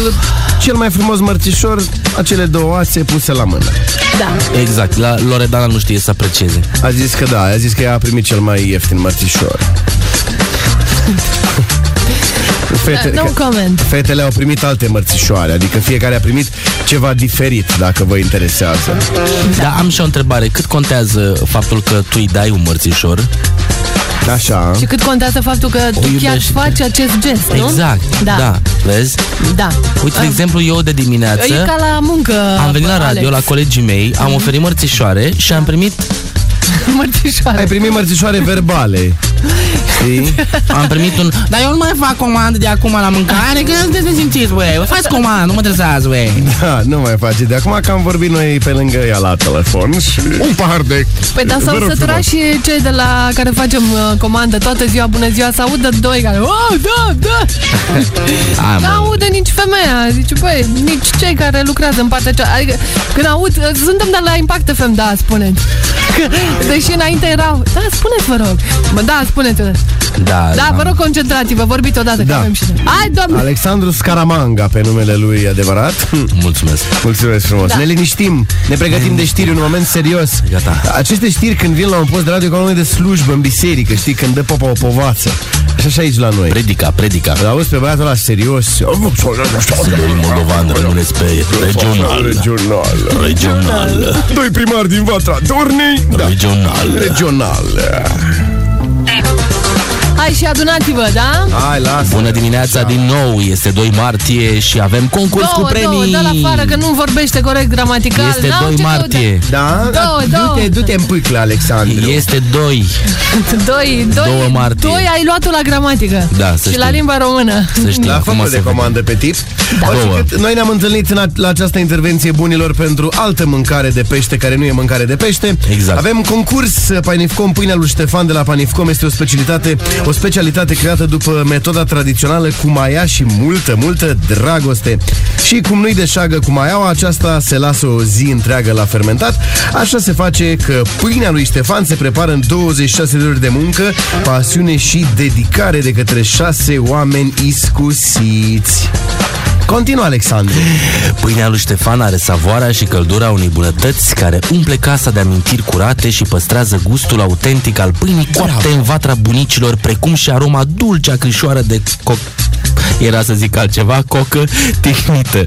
S1: cel mai frumos mărțișor, acele două ațe puse la mână.
S2: Exact, la Loredana nu știe să aprecieze.
S1: A zis că da, a zis că ea a primit cel mai ieftin mărțișor. Fete,
S3: Da, no
S1: că-
S3: comment.
S1: Fetele au primit alte mărțișoare, adică fiecare a primit ceva diferit, dacă vă interesează.
S2: Dar am și o întrebare. Cât contează faptul că tu îi dai un mărțișor?
S1: Așa.
S3: Și cât contează faptul că tu chiar
S2: iubește.
S3: faci acest gest, nu?
S2: Exact, da. da. Vezi?
S3: Da.
S2: Uite, de
S3: Am-
S2: exemplu, eu de dimineață...
S3: E ca la muncă.
S2: Am venit la
S3: Alex.
S2: radio, la colegii mei, am oferit mărțișoare și am primit
S3: Mărțișoare.
S1: Ai primit mărțișoare verbale. Știi?
S2: Am primit un... Dar eu nu mai fac comandă de acum la mâncare, că nu te simțiți, băi. Vă faci comandă, nu mă interesează, băi.
S1: Da, nu mai face. De acum că am vorbit noi pe lângă ea la telefon și un pahar de...
S3: Păi dar
S1: Vă
S3: s-au
S1: rog
S3: săturat
S1: frumos.
S3: și cei de la care facem uh, comandă toată ziua, bună ziua, să audă doi care, oh, da, da!
S2: Hai, mă.
S3: Nu aude nici femeia, zice, băi, nici cei care lucrează în partea cea... Adică, când aud, uh, suntem de la Impact FM, da, spuneți. Că, deși înainte erau, da, spuneți, vă rog. Mă, da, spuneți
S2: Da,
S3: Da, vă rog, concentrați-vă, vorbiți odată, că
S1: Da.
S3: avem și noi. Hai, doamne!
S1: Alexandru Scaramanga, pe numele lui adevărat.
S2: Mulțumesc.
S1: Mulțumesc frumos.
S3: Da.
S1: Ne liniștim, ne pregătim de știri, un moment serios.
S2: Gata.
S1: Aceste știri când vin la un post de radio ca un moment de slujbă în biserică, știi, când dă popa o povață. Așa și aici la noi.
S2: Predica, predica.
S1: Îl auzi pe băiatul ăla serios.
S2: Siberiu Moldovan, rămâneți pe regional.
S1: Regional.
S2: Regional.
S1: Doi primari din Vatra Dornei. Da.
S2: Regional.
S1: Regional.
S3: Hai și adunați-vă, da?
S1: Hai, lasă.
S2: Bună dimineața din nou, este 2 martie și avem concurs cu
S3: două,
S2: premii.
S3: dă la afară că nu vorbește corect gramatical.
S2: Este
S3: Da, N-au
S2: 2
S3: ce
S2: martie.
S1: Da?
S3: Două, două.
S1: Du-te, du-te în pâclă, Alexandru.
S2: Este 2.
S3: căuta. Doi, doi,
S2: Două martie.
S3: doi ai luat-o la gramatică.
S2: Da, să
S3: și la
S2: știi.
S3: limba română.
S2: Să știi,
S1: La
S2: acum
S1: făcut de
S2: să vedem. Da.
S1: comandă pe tip. Orice
S2: Două.
S1: cât, Noi ne-am întâlnit în a- la această intervenție bunilor pentru altă mâncare de pește care nu e mâncare de pește.
S2: Exact.
S1: Avem concurs uh, Panifcom, pâinea lui Ștefan de la Panifcom este o specialitate, o specialitate creată după metoda tradițională cu maia și multă, multă dragoste. Și cum nu-i de șagă cu maiaua, aceasta se lasă o zi întreagă la fermentat. Așa se face că pâinea lui Ștefan se prepară în 26 de ori de muncă, pasiune și dedicare de către șase oameni iscusiți. Continuă, Alexandru.
S2: Pâinea lui Ștefan are savoarea și căldura unei bunătăți care umple casa de amintiri curate și păstrează gustul autentic al pâinii coapte în vatra bunicilor, precum și aroma dulce a crișoară de coc era să zic altceva, cocă tehnită,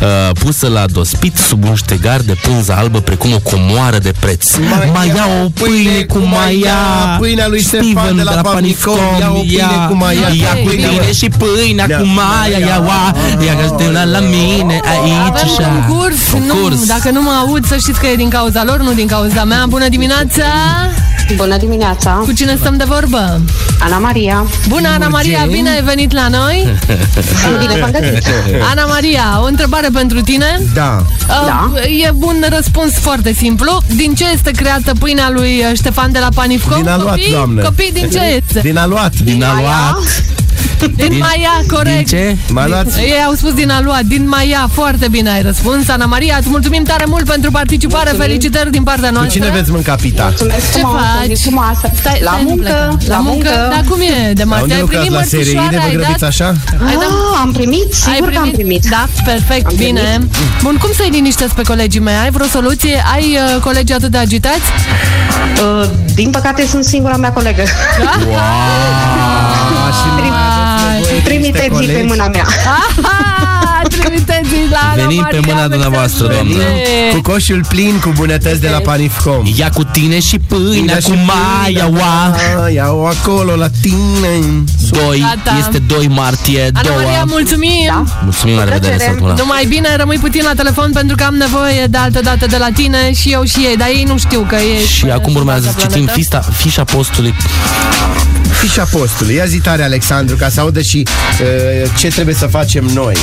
S2: uh, pusă la dospit sub un ștegar de pânză albă precum o comoară de preț. Mai ia o pâine cu maia,
S1: Pâinea lui Ștefan de la Panicom, ia o pâine cu maia.
S2: ia cu
S1: Pâinea-
S2: tine și pâinea
S1: Ia.
S2: cu maia, ia oa, ia că te la- la mine aici
S3: Avem
S2: așa.
S3: concurs,
S2: Concurs.
S3: Nu, dacă nu mă aud, să știți că e din cauza lor, nu din cauza mea. Bună dimineața!
S16: Bună dimineața!
S3: Cu cine stăm de vorbă?
S16: Ana Maria!
S3: Bună, Ana Maria, bine ai venit la noi!
S16: Bine v-am găsit!
S3: Ana Maria, o întrebare pentru tine.
S1: Da.
S3: Da. E un răspuns foarte simplu. Din ce este creată pâinea lui uh, Ștefan de la Panifcom?
S1: Din aluat,
S3: copii?
S1: doamnă.
S3: Copii, din ce este?
S1: Din aluat.
S2: Din aluat.
S3: Din
S2: Din-
S3: Maia,
S2: Din
S3: corect.
S2: ce?
S1: M-a luat
S3: Ei au spus din aluat, din Maia, foarte bine ai răspuns. Ana Maria, îți mulțumim tare mult pentru participare, felicitări din partea
S1: Cu
S3: noastră.
S1: cine veți mânca pita?
S16: Mulțumesc
S3: Ce
S16: frumos,
S3: faci?
S16: zi frumoasă!
S3: Stai,
S16: la,
S3: stai,
S16: muncă,
S3: plecă.
S16: la muncă!
S3: Dar cum e de
S1: La
S3: marți?
S1: unde
S3: Ai
S1: lucrați
S3: primit
S1: la SRI?
S3: mărțișoare,
S1: De vă
S3: ai
S1: grăbiți
S3: dat?
S1: așa?
S3: Ai dat
S16: Ah, am primit? Sigur că am primit!
S3: Da, perfect,
S16: Am
S3: bine. Bun, cum să-i liniștesc pe colegii mei? Ai vreo soluție? Ai uh, colegi atât de agitați?
S16: Uh, din păcate sunt singura mea colegă.
S3: Da?
S16: Trimiteți pe mâna mea.
S3: Ah, Aha, trimiteți la Ana
S2: Venim pe
S3: Maria
S2: mâna
S3: mesaje.
S2: dumneavoastră, doamnă.
S1: Cu coșul plin cu bunătăți de la Panifcom.
S2: Ia cu tine și pâinea cu maia, oa.
S1: Iau acolo la tine.
S2: Doi,
S3: Gata.
S2: este 2 martie,
S3: Ana Maria,
S2: doua.
S3: mulțumim! Da.
S2: Mulțumim, la revedere,
S16: plăcere.
S2: sunt una.
S3: Numai bine, rămâi puțin la telefon pentru că am nevoie de altă dată de la tine și eu și ei, dar ei nu știu că e...
S2: Și acum urmează să citim fișa, fișa postului.
S17: fișa postului. Ia zi tare, Alexandru, ca să audă și uh, ce trebuie să facem noi.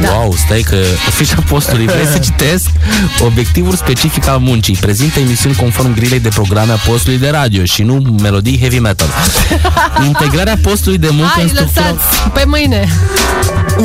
S2: Da. Wow, stai că fișa postului Vrei să citesc? Obiectivul specific al muncii Prezintă emisiuni conform grilei de programe a postului de radio Și nu melodii heavy metal Integrarea postului de muncă în
S3: Hai,
S2: structura...
S3: lăsați, pe mâine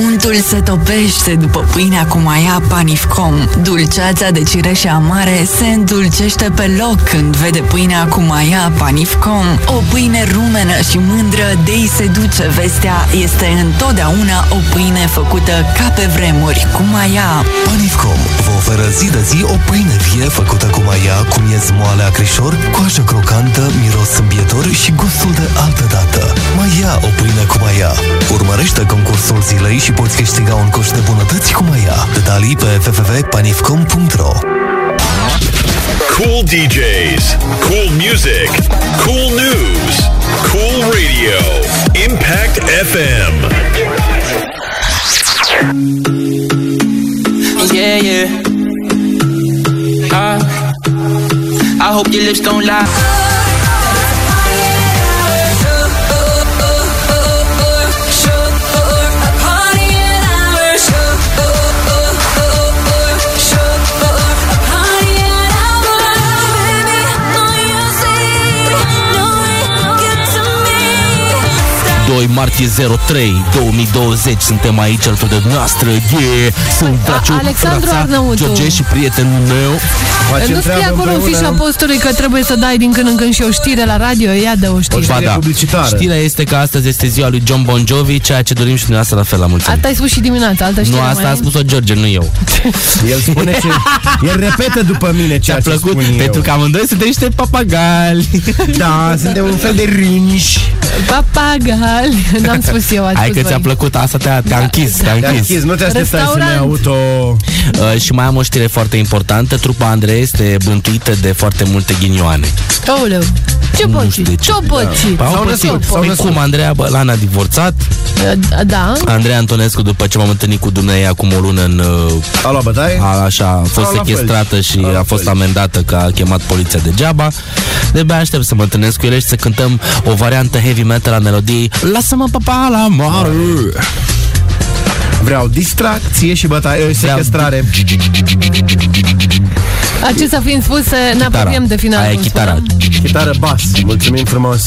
S18: Untul se topește după pâinea cu maia Panifcom. Dulceața de cireșe amare se îndulcește pe loc când vede pâinea cu maia Panifcom. O pâine rumenă și mândră de ei se duce vestea. Este întotdeauna o pâine făcută ca pe vremuri cu maia.
S19: Panifcom vă oferă zi de zi o pâine vie făcută cu maia, cu miez moale acrișor, coajă crocantă, miros îmbietor și gustul de altă dată. Maia, o pâine cu maia. Urmărește concursul zilei și poți câștiga un coș de bunătăți cu maia. Detalii pe www.panifcom.ro
S5: Cool DJs, cool music, cool news, cool radio. Impact FM.
S8: Yeah, yeah. Uh, I hope your lips don't lie.
S12: Baby,
S2: 2 martie 03 2020 Suntem aici alături de noastră yeah! Sunt Daciu,
S3: Da, Alexandru Arnautu.
S2: George și prietenul meu
S3: Nu scrie acolo în fișa postului că trebuie să dai din când în când și o știre la radio? Ia de o știre.
S2: Ba da. Știrea este că astăzi este ziua lui John Bon Jovi, ceea ce dorim și dumneavoastră la fel la mulți ani.
S3: Asta ai spus și dimineața, altă știre
S2: Nu,
S3: mai
S2: asta
S3: ai?
S2: a spus-o George, nu eu.
S17: El spune ce... El repetă după mine ce a plăcut, spun
S2: pentru
S17: eu.
S2: că amândoi suntem niște papagali.
S17: Da, suntem un fel de rinși.
S3: Papagal. N-am spus eu, ați
S2: Hai
S3: spus
S2: că ți-a
S3: voi.
S2: plăcut, asta te-a,
S3: Da,
S2: te-a închis, te-a închis.
S3: Restaurant.
S17: auto...
S2: Uh, și mai am o știre foarte importantă. Trupa Andrei este bântuită de foarte multe ghinioane.
S3: Aoleu. Ce poți? Ce poți?
S2: Păi, au pățit. Păi cum Andreea Bălan a divorțat?
S3: Da.
S2: Andrei Antonescu, după ce m-am întâlnit cu dumneavoastră acum o lună în... uh,
S17: A luat bătaie?
S2: A, așa, a fost
S17: luat
S2: sechestrată și a, fost amendată că a chemat poliția degeaba. De bea aștept să mă întâlnesc cu ele și să cântăm o variantă heavy metal a melodiei Lasă-mă papa la moară!
S17: Vreau distracție și bătaie, sequestrare.
S3: Acesta fiind spus, ne apropiem de final. cum spuneam.
S17: Chitară bas. Mulțumim frumos.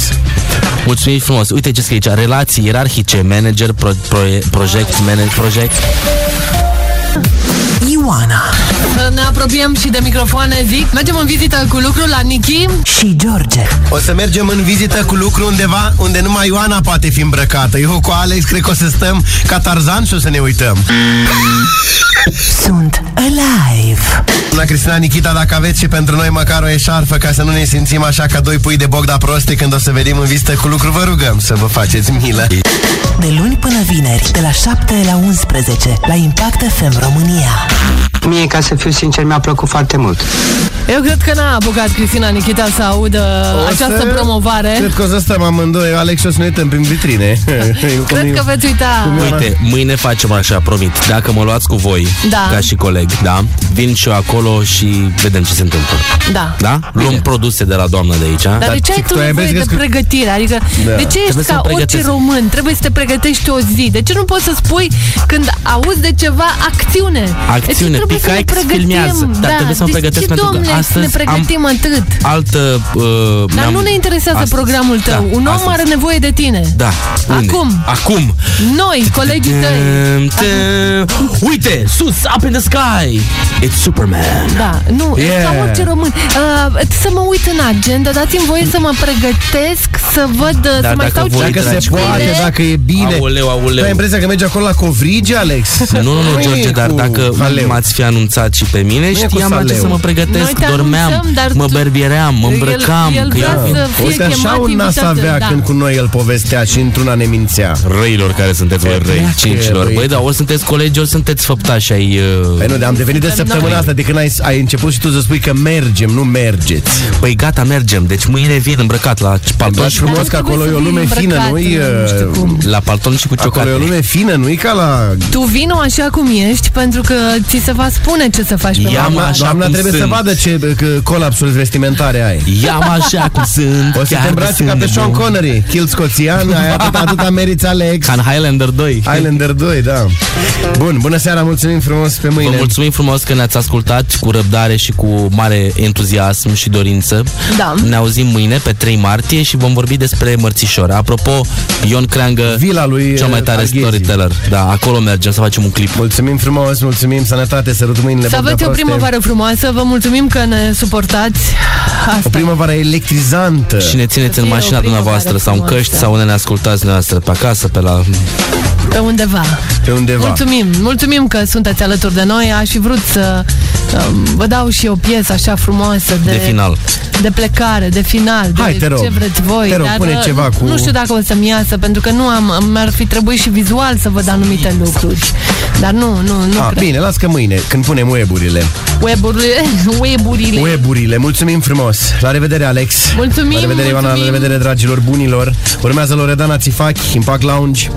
S2: Mulțumim frumos. Uite ce scrie aici. Relații ierarhice, manager, pro, proie- project, manager, project.
S4: Ioana
S3: Ne apropiem și de microfoane, zic. Mergem în vizită cu lucru la Nichi.
S4: și George.
S1: O să mergem în vizită cu lucru undeva unde numai Ioana poate fi îmbrăcată. Eu cu Alex cred că o să stăm ca Tarzan și o să ne uităm.
S4: Sunt alive.
S1: Doamna Cristina Nichita, dacă aveți și pentru noi măcar o eșarfă ca să nu ne simțim așa ca doi pui de bogda proste când o să venim în vizită cu lucru, vă rugăm să vă faceți milă.
S4: De luni până vineri, de la 7 la 11, la Impact FM România.
S11: Mie, ca să fiu sincer, mi-a plăcut foarte mult.
S3: Eu cred că n-a apucat Cristina Nichita să audă
S17: O
S3: această
S17: să-
S3: promovare.
S17: Cred că o să stăm amândoi, Alex, și o să ne uităm prin vitrine.
S3: Cred că veți uita.
S2: Uite, mâine facem așa, promit. Dacă mă luați cu voi,
S3: Da.
S2: ca și coleg, da? Vin și eu acolo și vedem ce se întâmplă.
S3: Da.
S2: Da? Luăm produse de la doamna de aici.
S3: Dar de ce ai tu nevoie de pregătire? Adică,
S2: Da.
S3: de ce ești
S2: Trebuie să
S3: ca
S2: mă
S3: orice
S2: pregătesc.
S3: român? Trebuie să te pregătești o zi. De ce nu poți să spui când auzi de ceva acțiune?
S2: Acțiune,
S3: deci, trebuie să ne
S2: Picaic
S3: pregătim.
S2: filmează. Dar
S3: da.
S2: trebuie să mă
S3: deci,
S2: pregătesc
S3: ce,
S2: pentru că
S3: domne,
S2: astăzi
S3: ne pregătim atât.
S2: Altă... Uh,
S3: Dar
S2: mi-am-
S3: nu ne interesează
S2: astăzi.
S3: programul tău.
S2: Da,
S3: Un om
S2: astăzi.
S3: are nevoie de tine.
S2: Da. Unde?
S3: Acum.
S2: Acum.
S3: Noi, colegii
S2: Tum,
S3: tăi.
S2: tum. Uite, sus, up in the sky. It's Superman.
S3: Da, nu, yeah.
S2: Yeah.
S3: ca orice român. Uh, să mă uit în agenda, dați-mi voie să mă pregătesc, să văd, uh, să mai stau
S17: Da,
S2: voi,
S17: dacă se
S2: Păi, dragi
S17: poate,
S2: colegi-
S17: dacă e bine.
S2: Aoleu, aoleu.
S3: Păi,
S17: Tu ai impresia că mergi acolo la covrigi, Alex?
S2: Nu, nu, nu,
S17: e
S2: George, dar
S17: cu
S2: dacă
S17: haleu.
S2: m-ați fi anunțat și pe mine,
S17: e cu
S2: știam la ce
S17: saleu.
S2: să mă pregătesc,
S3: Noi te
S2: dormeam,
S3: anunțăm, dar
S2: mă
S3: tu-
S2: berbieream, mă
S3: El-
S2: îmbrăcam.
S3: el
S2: că
S3: vrea
S2: eu-
S3: să fie
S17: Uite, așa
S3: chemat,
S17: un nas
S3: invitat,
S17: avea
S3: da.
S17: când cu noi el povestea și într-una ne mințea.
S2: Răilor care sunteți voi răi, cincilor. Băi, dar ori sunteți colegi, ori sunteți făptași ai... Uh...
S17: Păi nu, dar am devenit de săptămâna asta, de când ai, ai început și tu să spui că mergem, nu mergeți.
S2: Păi gata, mergem. Deci mâine vin îmbrăcat la palton.
S1: Păi
S17: Doar frumos că acolo e o lume fină, nu-i... uh,
S2: La palton și cu
S17: Acolo e o
S2: ciocate.
S17: lume fină, nu-i ca la...
S3: Tu vino așa cum ești, pentru că ți se va spune ce să faci pe
S1: Doamna-
S3: mama.
S1: Doamna trebuie să vadă ce că, colapsul vestimentare ai.
S2: Ia-mă așa cum sunt,
S1: O să
S2: chiar
S1: te
S2: că
S1: îmbraci
S2: sunt
S1: ca pe
S2: nebun.
S1: Sean Connery, kill scoțian, ai atât, atâta meriți Alex.
S2: Ca în Highlander 2.
S1: Highlander 2, da. Bun, bună seara, mulțumim frumos pe mâine.
S2: Vă mulțumim frumos că ne-ați ascultat cu răbdare și cu mare entuziasm și dorință.
S3: Da.
S2: Ne auzim mâine pe 3 martie și vom vorbi despre mărțișori. Apropo, Ion Creangă,
S1: Vila lui
S2: cea mai tare
S1: Arghezi.
S2: storyteller. Da, acolo mergem să facem un clip.
S1: Mulțumim frumos, mulțumim, sănătate, sărut mâinile.
S3: Să
S1: Bogdan
S3: aveți o
S1: Proaste.
S3: primăvară frumoasă, vă mulțumim că ne suportați.
S1: O primăvară electrizantă.
S2: Și ne țineți în
S3: Să fie o
S2: mașina
S3: primăvară
S2: dumneavoastră sau în
S3: frumoasă.
S2: căști sau unde ne ascultați noastră, pe acasă, pe la...
S3: Pe undeva.
S1: Pe undeva.
S3: Mulțumim, mulțumim că sunteți alături de noi. Aș fi vrut să um, vă dau și o piesă așa frumoasă de,
S2: De final.
S3: de plecare, de final,
S1: Hai,
S3: de
S1: te rog.
S3: ce vreți voi.
S1: Te rog,
S3: dar
S1: pune
S3: uh,
S1: ceva cu-
S3: Nu știu dacă o să-mi iasă, pentru că nu am, mi-ar fi trebuit și vizual să văd anumite lucruri. Dar nu, nu, nu
S1: A,
S3: cred.
S1: Ah, bine, las că mâine, când punem weburile.
S3: Weburile, weburile.
S1: Weburile, mulțumim frumos. La revedere, Alex.
S3: Mulțumim,
S1: La revedere, Ioana, la
S3: mulțumim.
S1: revedere, dragilor bunilor. Urmează Loredana Țifac, Impact Lounge.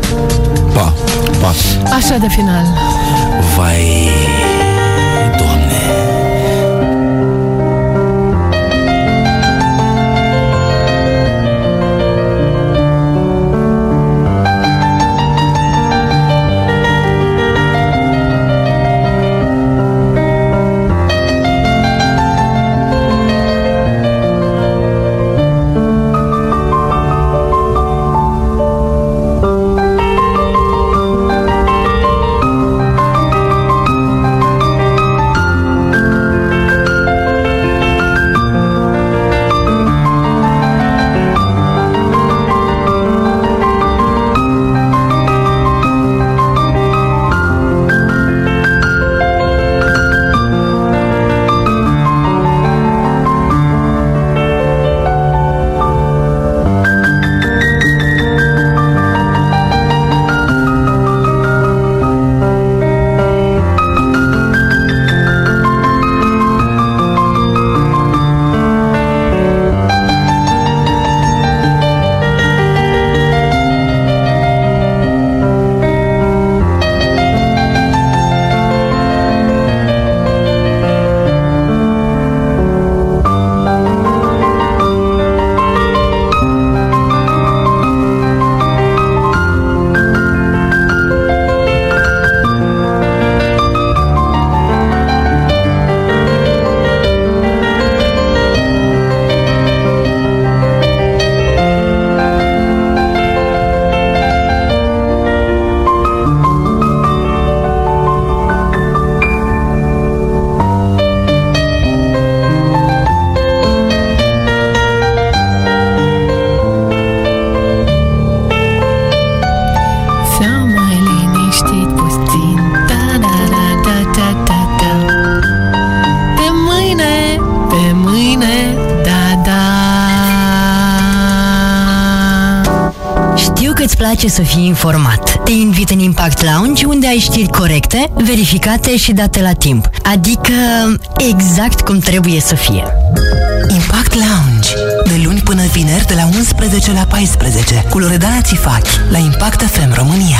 S2: Pa.
S1: Pa.
S3: Așa de final.
S2: Vai, Doamne.
S20: S-a mai liniștit puțin da, da, da, da, da, da, da.
S3: Pe mâine, pe mâine, da, da.
S21: Știu că îți place să fii informat. Te invit în Impact Lounge, unde ai știri corecte, verificate și date la timp. Adică exact cum trebuie să fie.
S4: Impact Lounge. De luni până vineri de la 11 la 14 cu Loredana Țifaci la Impact FM România.